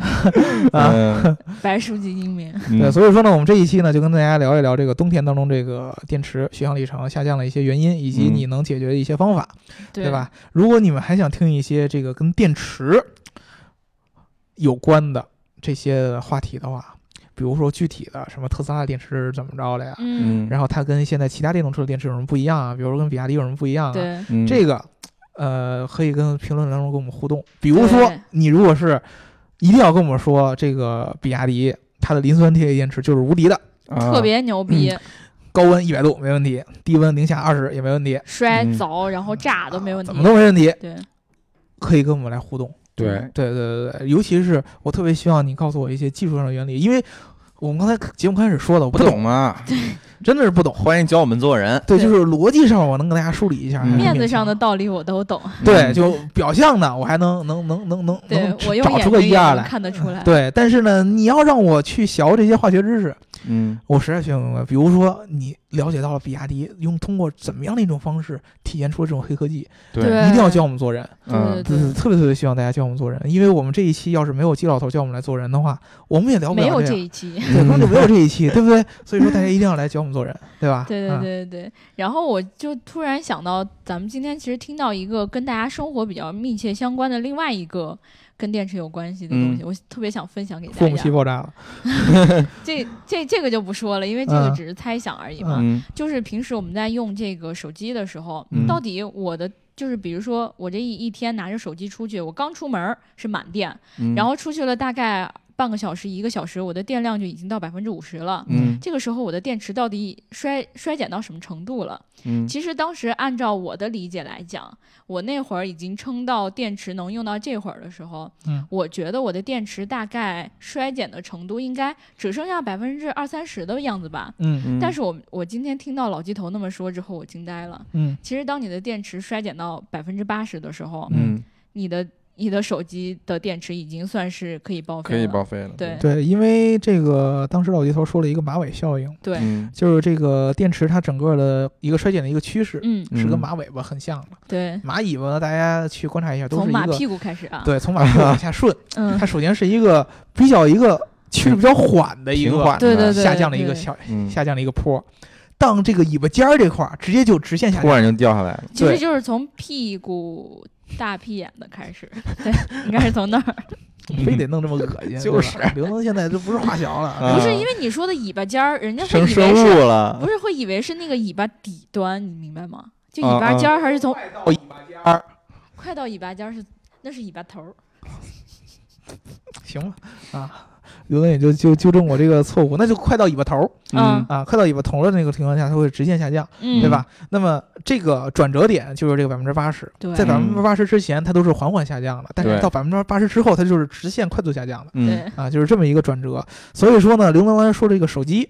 [SPEAKER 4] 啊，
[SPEAKER 5] 嗯，
[SPEAKER 3] 白书记英明。
[SPEAKER 5] 嗯
[SPEAKER 4] 对，所以说呢，我们这一期呢，就跟大家聊一聊这个冬天当中这个电池续航里程下降的一些原因，以及
[SPEAKER 5] 嗯
[SPEAKER 4] 你能解决的一些方法，
[SPEAKER 3] 对
[SPEAKER 4] 对？吧？如果你们还想听一些这个跟电池有关的这些话题的话，比如说具体的什么特斯拉的电池怎么着了呀，
[SPEAKER 3] 嗯，
[SPEAKER 5] 嗯，
[SPEAKER 4] 然后它跟现在其他电动车的电池有什么不一样啊？比如说跟比亚迪有什么不一样啊？
[SPEAKER 3] 对，
[SPEAKER 5] 嗯
[SPEAKER 4] 这个呃，可以跟评论当中跟我们互动。比如说
[SPEAKER 3] 对，
[SPEAKER 4] 你如果是一定要跟我们说这个比亚迪它的磷酸铁锂电池就是无敌的，
[SPEAKER 5] 啊
[SPEAKER 3] 特别
[SPEAKER 4] 嗯
[SPEAKER 3] 牛逼，
[SPEAKER 4] 高温一百度没问题，低温零下二十也没问题，
[SPEAKER 3] 摔
[SPEAKER 5] 嗯
[SPEAKER 3] 凿然后炸都没问题
[SPEAKER 4] 啊怎。么都没问题，
[SPEAKER 3] 对，
[SPEAKER 4] 可以跟我们来互动。
[SPEAKER 5] 对，
[SPEAKER 4] 对对对对，尤其是我特别希望你告诉我一些技术上的原理，因为我们刚才节目开始说的，我
[SPEAKER 5] 不
[SPEAKER 4] 懂，
[SPEAKER 5] 懂嘛，
[SPEAKER 4] 真的是不懂。
[SPEAKER 5] 欢迎教我们做人。
[SPEAKER 4] 对，
[SPEAKER 3] 对
[SPEAKER 4] 就是逻辑上我能跟大家梳理一下，
[SPEAKER 5] 嗯
[SPEAKER 4] 还是
[SPEAKER 3] 面
[SPEAKER 4] 勉
[SPEAKER 3] 子上
[SPEAKER 4] 强
[SPEAKER 3] 的。道理我都懂，
[SPEAKER 4] 对，
[SPEAKER 5] 嗯
[SPEAKER 4] 就表象的，我还能能能能能
[SPEAKER 3] 对
[SPEAKER 4] 能
[SPEAKER 3] 我用
[SPEAKER 4] 找
[SPEAKER 3] 眼睛
[SPEAKER 4] 出个一
[SPEAKER 3] 也
[SPEAKER 4] 二
[SPEAKER 3] 能
[SPEAKER 4] 来。
[SPEAKER 3] 看得出来。
[SPEAKER 4] 对，但是呢，你要让我去学这些化学知识，
[SPEAKER 5] 嗯
[SPEAKER 4] 我实在学不明白。比如说，你了解到了比亚迪用通过怎么样的一种方式体现出了这种黑科技，
[SPEAKER 3] 对啊
[SPEAKER 4] 一定要教我们做人。
[SPEAKER 3] 对
[SPEAKER 5] 嗯
[SPEAKER 4] 对对，特别特别希望大家教我们做人，因为我们这一期要是没有季老头教我们来做人的话，我们也聊不
[SPEAKER 3] 没
[SPEAKER 4] 了
[SPEAKER 3] 有
[SPEAKER 4] 这
[SPEAKER 3] 这
[SPEAKER 4] 样。嗯
[SPEAKER 3] 一 期。
[SPEAKER 4] 对，根本就没有这一期，对 不对？所以说大家一定要来教我们做人，对吧？
[SPEAKER 3] 对对
[SPEAKER 4] 啊，
[SPEAKER 3] 对对对，然后我就突然想到，咱们今天其实听到一个跟大家生活比较密切相关的另外一个跟电池有关系的东西，我特别想分享给
[SPEAKER 4] 嗯父
[SPEAKER 3] 大
[SPEAKER 4] 母气
[SPEAKER 3] 家。
[SPEAKER 4] 爆炸了，
[SPEAKER 3] 这这这个就不说了，因为这个
[SPEAKER 4] 嗯
[SPEAKER 3] 只是猜想而已嘛。
[SPEAKER 5] 嗯
[SPEAKER 3] 就是平时我们在用这个手机的时候，
[SPEAKER 5] 嗯
[SPEAKER 3] 到底我的就是比如说我这一一天拿着手机出去，我刚出门儿是满电，
[SPEAKER 5] 嗯，
[SPEAKER 3] 然后出去了大概半个小时、一个小时，我的电量就已经到百分之五十了。
[SPEAKER 5] 嗯
[SPEAKER 3] 这个时候，我的电池到底衰衰减到什么程度了？
[SPEAKER 5] 嗯
[SPEAKER 3] 其实当时按照我的理解来讲，我那会儿已经撑到电池能用到这会儿的时候，
[SPEAKER 4] 嗯
[SPEAKER 3] 我觉得我的电池大概衰减的程度应该只剩下百分之二三十的样子吧。
[SPEAKER 4] 嗯
[SPEAKER 5] 嗯，
[SPEAKER 3] 但是我我今天听到老鸡头那么说之后，我惊呆了。
[SPEAKER 4] 嗯
[SPEAKER 3] 其实当你的电池衰减到百分之八十的时候，
[SPEAKER 5] 嗯
[SPEAKER 3] 你的你的手机的电池已经算是可以报废
[SPEAKER 5] 可
[SPEAKER 3] 了。
[SPEAKER 5] 以报废了，
[SPEAKER 3] 对
[SPEAKER 4] 对，因为这个当时老街头说了一个马尾效应，
[SPEAKER 3] 对，
[SPEAKER 5] 嗯
[SPEAKER 4] 就是这个电池它整个的一个衰减的一个趋势，
[SPEAKER 3] 嗯，
[SPEAKER 5] 嗯
[SPEAKER 4] 是跟马尾巴很像的。
[SPEAKER 3] 对，
[SPEAKER 4] 马尾巴呢，大家去观察一下，都
[SPEAKER 3] 从
[SPEAKER 4] 是一
[SPEAKER 3] 马
[SPEAKER 4] 个
[SPEAKER 3] 屁股开始啊。，
[SPEAKER 4] 对，从马屁股往下顺，
[SPEAKER 3] 嗯
[SPEAKER 4] 它，首先是一个比较一个趋势比较缓的一
[SPEAKER 5] 嗯平
[SPEAKER 4] 个
[SPEAKER 5] 缓
[SPEAKER 3] 对对对，
[SPEAKER 4] 下降的一个
[SPEAKER 3] 对
[SPEAKER 4] 小
[SPEAKER 5] 嗯，
[SPEAKER 4] 下降的一个坡，当这个尾巴尖儿这块儿直接就直线下
[SPEAKER 5] 突
[SPEAKER 4] 降。
[SPEAKER 5] 然就掉下来了，
[SPEAKER 3] 其
[SPEAKER 4] 对
[SPEAKER 3] 实就是从屁股大屁眼的开始， 对，应该是从那儿，
[SPEAKER 4] 非得弄这么恶 心，
[SPEAKER 5] 嗯就
[SPEAKER 4] 对吧刘能现在都不是化学了，
[SPEAKER 5] 啊
[SPEAKER 3] 不是因为你说的尾巴尖儿，人家会
[SPEAKER 5] 生
[SPEAKER 3] 以为
[SPEAKER 5] 生
[SPEAKER 3] 是，
[SPEAKER 5] 物了
[SPEAKER 3] 不，是会以为是那个尾巴底端，你明白吗？就
[SPEAKER 5] 啊
[SPEAKER 3] 尾巴
[SPEAKER 5] 啊
[SPEAKER 3] 尖儿还是从
[SPEAKER 4] 尾巴尖儿
[SPEAKER 3] 快到尾巴尖儿是，那是尾巴头儿，
[SPEAKER 4] 行吧啊。刘能也就就纠正我这个错误，那就快到尾巴头儿
[SPEAKER 5] 嗯
[SPEAKER 4] 啊，快到尾巴头儿的那个情况下，它会直线下降，
[SPEAKER 3] 嗯，
[SPEAKER 4] 对？吧？那么这个转折点就是这个百分之八十，
[SPEAKER 3] 对，
[SPEAKER 4] 在百分
[SPEAKER 5] 嗯
[SPEAKER 4] 之八十之前，它都是缓缓下降的，但是
[SPEAKER 5] 对
[SPEAKER 4] 到百分之八十之后，它就是直线快速下降的。
[SPEAKER 5] 嗯
[SPEAKER 3] 对，
[SPEAKER 4] 啊，就是这么一个转折。所以说呢，刘能刚才说这个手机，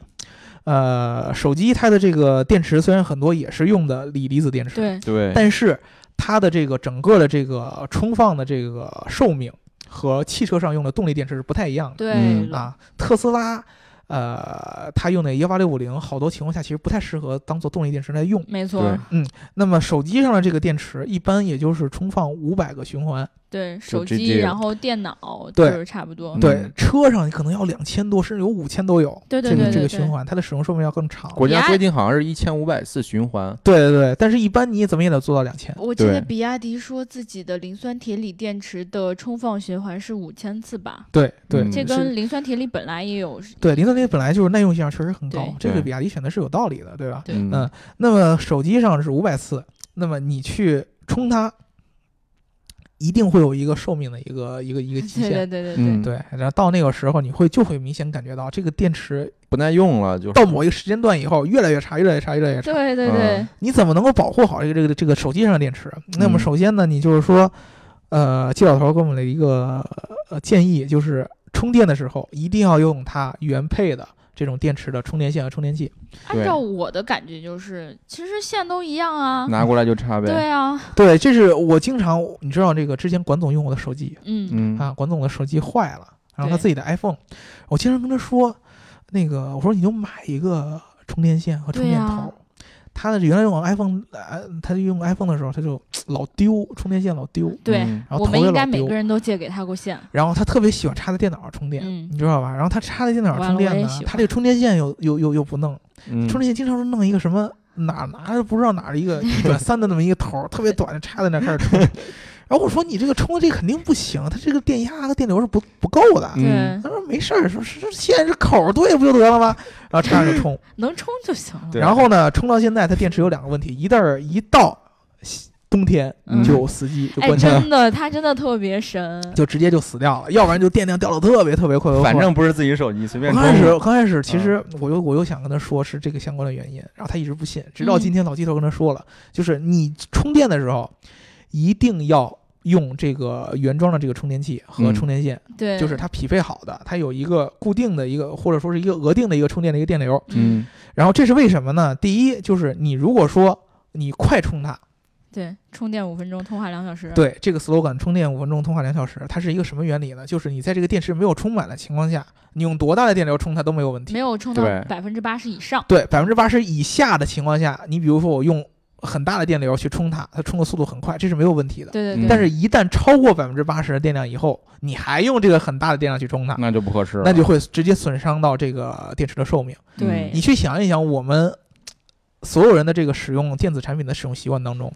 [SPEAKER 4] 呃，手机它的这个电池虽然很多也是用的锂离子电池，
[SPEAKER 3] 对，
[SPEAKER 5] 对，
[SPEAKER 4] 但是它的这个整个的这个充放的这个寿命和汽车上用的动力电池是不太一样的
[SPEAKER 3] 对
[SPEAKER 5] 嗯
[SPEAKER 3] 了，
[SPEAKER 4] 啊。特斯拉，呃，它用的1 8 6 5 0好多情况下其实不太适合当做动力电池来用。
[SPEAKER 3] 没错
[SPEAKER 5] 对
[SPEAKER 3] 儿，
[SPEAKER 4] 那么手机上的这个电池一般也就是充放五百个循环，
[SPEAKER 3] 对，
[SPEAKER 5] 就
[SPEAKER 3] 手
[SPEAKER 5] 这
[SPEAKER 3] 机，
[SPEAKER 5] 这
[SPEAKER 3] 然后电脑，
[SPEAKER 4] 对
[SPEAKER 3] 就是差不多
[SPEAKER 5] 嗯，
[SPEAKER 4] 对，车上可能要两千多，甚至有五千都有。
[SPEAKER 3] 对对
[SPEAKER 4] 这
[SPEAKER 3] 对
[SPEAKER 4] 个这
[SPEAKER 3] 对
[SPEAKER 4] 个循
[SPEAKER 3] 对，
[SPEAKER 4] 环，它的使用寿命要更长。
[SPEAKER 5] 国家规定好像是一千五百次循环，
[SPEAKER 4] 对对对，但是一般你怎么也得做到两千。
[SPEAKER 3] 我记得
[SPEAKER 5] 对
[SPEAKER 3] 比亚迪说自己的磷酸铁锂电池的充放循环是五千次吧？
[SPEAKER 4] 对对，
[SPEAKER 5] 嗯
[SPEAKER 3] 这
[SPEAKER 4] 是
[SPEAKER 3] 跟磷酸铁锂本来也有是，
[SPEAKER 4] 对磷酸铁锂本来就是耐用性上确实很高
[SPEAKER 3] 对，
[SPEAKER 4] 这个
[SPEAKER 5] 对
[SPEAKER 4] 比亚迪选的是有道理的，对吧？
[SPEAKER 3] 对
[SPEAKER 5] 嗯
[SPEAKER 4] 嗯那么手机上是五百次，那么你去充它，一定会有一个寿命的一个一个一个极
[SPEAKER 3] 对对
[SPEAKER 4] 限。
[SPEAKER 3] 对对对
[SPEAKER 5] 嗯，
[SPEAKER 4] 对，然后到那个时候，你会就会明显感觉到这个电池
[SPEAKER 5] 不耐用了，就是
[SPEAKER 4] 到某一个时间段以后越来越差，越来越差，越来越差。
[SPEAKER 3] 对对对
[SPEAKER 5] 嗯，
[SPEAKER 4] 你怎么能够保护好这个这个这个手机上的电池？那么
[SPEAKER 5] 嗯
[SPEAKER 4] 首先呢，你就是说，呃，季老头给我们的一个呃建议就是，充电的时候一定要用它原配的这种电池的充电线和充电器。
[SPEAKER 3] 按照我的感觉就是，其实线都一样啊，
[SPEAKER 5] 拿过来就插呗，
[SPEAKER 3] 对啊，
[SPEAKER 4] 对，这是我经常你知道这个之前管总用我的手机
[SPEAKER 3] 嗯，
[SPEAKER 5] 嗯
[SPEAKER 4] 啊，管总的手机坏了，然后他
[SPEAKER 3] 对
[SPEAKER 4] 自己的 iPhone，我经常跟他说，那个我说你就买一个充电线和充
[SPEAKER 3] 对
[SPEAKER 4] 电
[SPEAKER 3] 呀
[SPEAKER 4] 头。他的原来用 iPhone，呃，他用 iPhone 的时候，他就老丢充电线，老丢。
[SPEAKER 3] 对
[SPEAKER 5] 嗯
[SPEAKER 4] 然后
[SPEAKER 3] 我
[SPEAKER 4] 头
[SPEAKER 3] 们应
[SPEAKER 4] 也老
[SPEAKER 3] 该每
[SPEAKER 4] 丢
[SPEAKER 3] 个人都借给他过线，
[SPEAKER 4] 然后他特别喜欢插在电脑上充电，
[SPEAKER 3] 嗯
[SPEAKER 4] 你知道吧？然后他插在电脑上
[SPEAKER 3] 完了
[SPEAKER 4] 充
[SPEAKER 3] 我
[SPEAKER 4] 电
[SPEAKER 3] 也
[SPEAKER 4] 呢
[SPEAKER 3] 喜，欢
[SPEAKER 4] 他这个充电线又又又又不弄，
[SPEAKER 5] 嗯
[SPEAKER 4] 充电线经常是弄一个什么哪儿拿着不知道哪儿的 一个一转三的那么一个头儿，特别短，插在那儿开始充。 然后我说你这个充的这肯定不行，它这个电压和电流是不不够的。
[SPEAKER 5] 嗯
[SPEAKER 3] 对，
[SPEAKER 4] 他说没事儿，说是是线是口儿对不就得了吗？然后插上 就充，
[SPEAKER 3] 能充就行了，
[SPEAKER 5] 对
[SPEAKER 4] 然后呢，充到现在它电池有两个问题，一袋儿一到西冬天
[SPEAKER 3] 嗯
[SPEAKER 4] 就死机、就
[SPEAKER 3] 哎，
[SPEAKER 4] 关机。
[SPEAKER 3] 真的，他真的特别神，
[SPEAKER 4] 就直接就死掉了，要不然就电量掉的特别特别快。
[SPEAKER 5] 反正不是自己手机，随便
[SPEAKER 4] 刚
[SPEAKER 5] 充。
[SPEAKER 4] 开始，刚开始，
[SPEAKER 5] 嗯
[SPEAKER 4] 其实我又我又想跟他说是这个相关的原因，然后他一直不信，直到今天老鸡头跟他说了，就是你充电的时候一定要用这个原装的这个充电器和
[SPEAKER 5] 嗯
[SPEAKER 4] 充电线，
[SPEAKER 3] 对，
[SPEAKER 4] 就是它匹配好的，它有一个固定的一个或者说是一个额定的一个充电的一个电流。
[SPEAKER 3] 嗯，
[SPEAKER 5] 嗯
[SPEAKER 4] 然后这是为什么呢？第一就是你如果说你快充它，
[SPEAKER 3] 对，充电五分钟，通话两小时，
[SPEAKER 4] 对这个 slogan“ 充电五分钟，通话两小时”，它是一个什么原理呢？就是你在这个电池没有充满的情况下，你用多大的电流充它都没有问题
[SPEAKER 3] 没。有充到
[SPEAKER 5] 对
[SPEAKER 3] 百分之八十以上，
[SPEAKER 4] 对，百分之八十以下的情况下，你比如说我用很大的电流去冲它，它冲的速度很快，这是没有问题的。
[SPEAKER 3] 对对
[SPEAKER 5] 嗯
[SPEAKER 3] 对，
[SPEAKER 4] 但是，一旦超过百分之八十的电量以后，你还用这个很大的电量去冲它，
[SPEAKER 5] 那就不合适了，嗯
[SPEAKER 4] 那就会直接损伤到这个电池的寿命。
[SPEAKER 5] 哎
[SPEAKER 3] 对
[SPEAKER 4] 你去想一想，我们所有人的这个使用电子产品的使用习惯当中，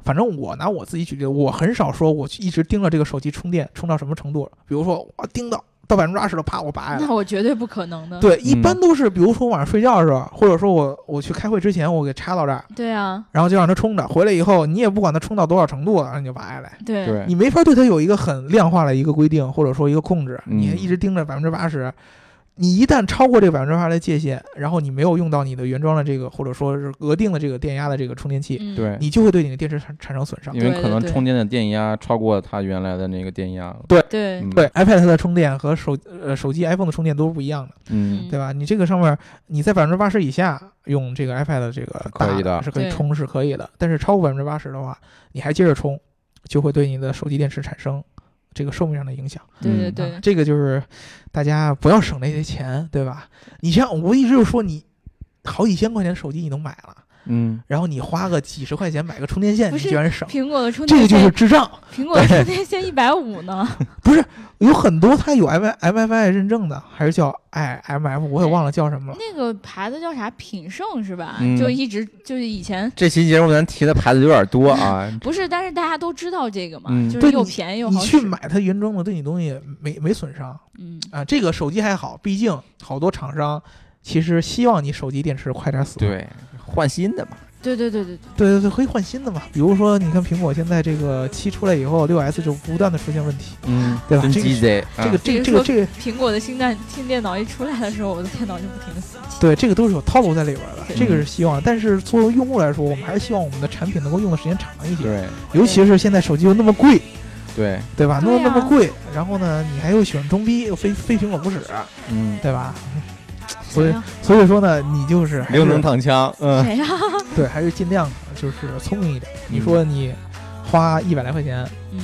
[SPEAKER 4] 反正我拿我自己举例，我很少说我去一直盯着这个手机充电充到什么程度。比如说，我盯到到百分之二十了，啪我拔下来。
[SPEAKER 3] 那我绝对不可能的。
[SPEAKER 4] 对，一
[SPEAKER 5] 嗯
[SPEAKER 4] 般都是比如说晚上睡觉的时候，或者说我我去开会之前，我给插到这儿，
[SPEAKER 3] 对啊，
[SPEAKER 4] 然后就让它冲着，回来以后你也不管它冲到多少程度了，然后你就拔下来。
[SPEAKER 3] 对
[SPEAKER 5] 对，
[SPEAKER 4] 你没法对它有一个很量化的一个规定，或者说一个控制，
[SPEAKER 5] 嗯
[SPEAKER 4] 你一直盯着百分之八十。你一旦超过这百分之八的界限，然后你没有用到你的原装的这个，或者说是额定的这个电压的这个充电器，
[SPEAKER 3] 嗯
[SPEAKER 5] 对，
[SPEAKER 4] 你就会对你的电池产产生损伤
[SPEAKER 5] 因。为
[SPEAKER 3] 对
[SPEAKER 5] 可能
[SPEAKER 3] 对
[SPEAKER 5] 充电的电压超过它原来的那个电压了。
[SPEAKER 3] 对
[SPEAKER 5] 嗯，
[SPEAKER 4] 对，iPad 它的充电和手呃手机 iPhone 的充电都是不一样的，
[SPEAKER 5] 嗯，
[SPEAKER 4] 对吧？你这个上面你在百分之八十以下用这个 iPad 的这个
[SPEAKER 5] 可以
[SPEAKER 4] 大
[SPEAKER 5] 的
[SPEAKER 4] 是可以
[SPEAKER 3] 对
[SPEAKER 4] 充是可以的，但是超过百分之八十的话，你还接着充，就会对你的手机电池产生这个寿命上的影响。
[SPEAKER 3] 对对
[SPEAKER 5] 嗯
[SPEAKER 3] 对
[SPEAKER 4] 啊，这个就是大家不要省那些钱，对吧？你像我一直就说你。好几千块钱的手机你能买了，
[SPEAKER 5] 嗯，
[SPEAKER 4] 然后你花个几十块钱买个充电线，
[SPEAKER 3] 不
[SPEAKER 4] 你
[SPEAKER 3] 是
[SPEAKER 4] 居然省，
[SPEAKER 3] 苹果的充
[SPEAKER 4] 这
[SPEAKER 3] 电
[SPEAKER 4] 个就是
[SPEAKER 3] 线，
[SPEAKER 4] 智障。
[SPEAKER 3] 苹果的充电线一百五 呢。
[SPEAKER 4] 有很多它有 M M F I 认证的，还是叫 I M F，我也忘了叫什么了。
[SPEAKER 3] 那个牌子叫啥？品胜是吧？
[SPEAKER 5] 嗯
[SPEAKER 3] 就一直就是以前
[SPEAKER 5] 这期节目咱提的牌子有点多 啊，
[SPEAKER 3] 不是，但是大家都知道这个嘛，
[SPEAKER 5] 嗯
[SPEAKER 3] 就是
[SPEAKER 4] 对
[SPEAKER 3] 又便宜又
[SPEAKER 4] 你
[SPEAKER 3] 好
[SPEAKER 4] 去
[SPEAKER 3] 使
[SPEAKER 4] 买它原装的，对你东西没没损伤
[SPEAKER 3] 嗯，
[SPEAKER 4] 啊。这个手机还好，毕竟好多厂商其实希望你手机电池快点死。
[SPEAKER 5] 对，换新的嘛。
[SPEAKER 3] 对对对对对，
[SPEAKER 4] 对对对，可以换新的嘛。比如说，你看苹果现在这个七出来以后，六 S 就不断的出现问题。
[SPEAKER 5] 嗯，
[SPEAKER 4] 对吧
[SPEAKER 5] 真
[SPEAKER 4] 这个
[SPEAKER 5] 鸡
[SPEAKER 4] 是
[SPEAKER 5] 贼，
[SPEAKER 4] 这个
[SPEAKER 5] 啊
[SPEAKER 4] 这个
[SPEAKER 3] 比
[SPEAKER 4] 这
[SPEAKER 3] 如说
[SPEAKER 4] 个这个，
[SPEAKER 3] 苹果的新电新电脑一出来的时候，我的电脑就不停的死机。
[SPEAKER 4] 对这个都是有套路在里边的，
[SPEAKER 3] 对
[SPEAKER 4] 这个是希望。但是作为用户来说，我们还是希望我们的产品能够用的时间长一些，
[SPEAKER 5] 对
[SPEAKER 4] 尤其是现在手机又那么贵，
[SPEAKER 5] 对，
[SPEAKER 4] 对吧？弄
[SPEAKER 3] 对
[SPEAKER 4] 得
[SPEAKER 3] 呀
[SPEAKER 4] 那么贵，然后呢，你还又喜欢装逼，又非非苹果不使，
[SPEAKER 5] 嗯，
[SPEAKER 4] 对吧？所
[SPEAKER 3] 谁
[SPEAKER 4] 以
[SPEAKER 3] 呀、
[SPEAKER 4] 所以说呢，你就是还
[SPEAKER 5] 刘能
[SPEAKER 4] 是
[SPEAKER 5] 躺枪，嗯，
[SPEAKER 3] 谁呀、
[SPEAKER 4] 对，还是尽量就是聪明一点。你说你花一百来块钱，
[SPEAKER 3] 嗯，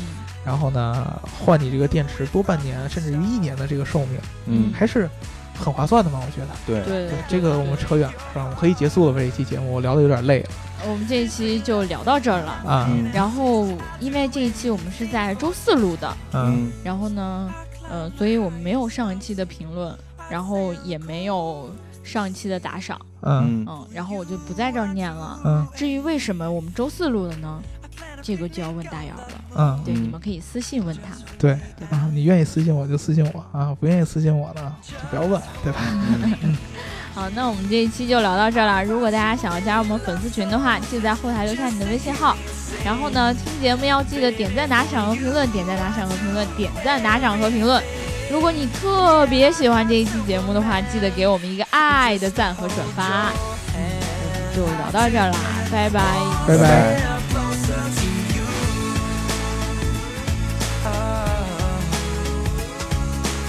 [SPEAKER 4] 然后呢换你这个电池多半年甚至于一年的这个寿命，
[SPEAKER 5] 嗯，
[SPEAKER 4] 还是很划算的嘛？我觉得。
[SPEAKER 5] 对，
[SPEAKER 3] 对
[SPEAKER 4] 对，这个我们扯远了，是吧？我们可以结束了吧？这期节目我聊的有点累了
[SPEAKER 3] 呃我们这一期就聊到这儿了。
[SPEAKER 4] 啊，
[SPEAKER 5] 嗯
[SPEAKER 3] 然后，因为这一期我们是在周四录的，
[SPEAKER 4] 嗯
[SPEAKER 5] 嗯，
[SPEAKER 3] 然后呢，呃，所以我们没有上一期的评论，然后也没有上一期的打赏，
[SPEAKER 4] 嗯
[SPEAKER 5] 嗯，
[SPEAKER 3] 嗯，然后我就不在这儿念了。
[SPEAKER 4] 嗯
[SPEAKER 3] 至于为什么我们周四录的呢？这个就要问大姚了。
[SPEAKER 4] 嗯
[SPEAKER 3] 对，
[SPEAKER 5] 嗯
[SPEAKER 3] 你们可以私信问他。
[SPEAKER 4] 对
[SPEAKER 3] 对吧？
[SPEAKER 4] 啊，你愿意私信我就私信我啊，不愿意私信我呢就不要问，对吧？
[SPEAKER 3] 好，那我们这一期就聊到这儿了。如果大家想要加入我们粉丝群的话，记得在后台留下你的微信号。然后呢，听节目要记得点赞、打赏和评论，点赞、打赏和评论，点赞、打赏和评论。如果你特别喜欢这一期节目的话，记得给我们一个爱的赞和转发。嗯，我们就聊到这儿啦，拜拜。
[SPEAKER 4] 拜
[SPEAKER 5] 拜
[SPEAKER 4] 拜。
[SPEAKER 2] closer to you. Oh,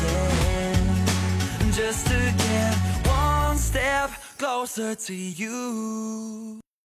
[SPEAKER 2] yeah. Just to get one step closer to you.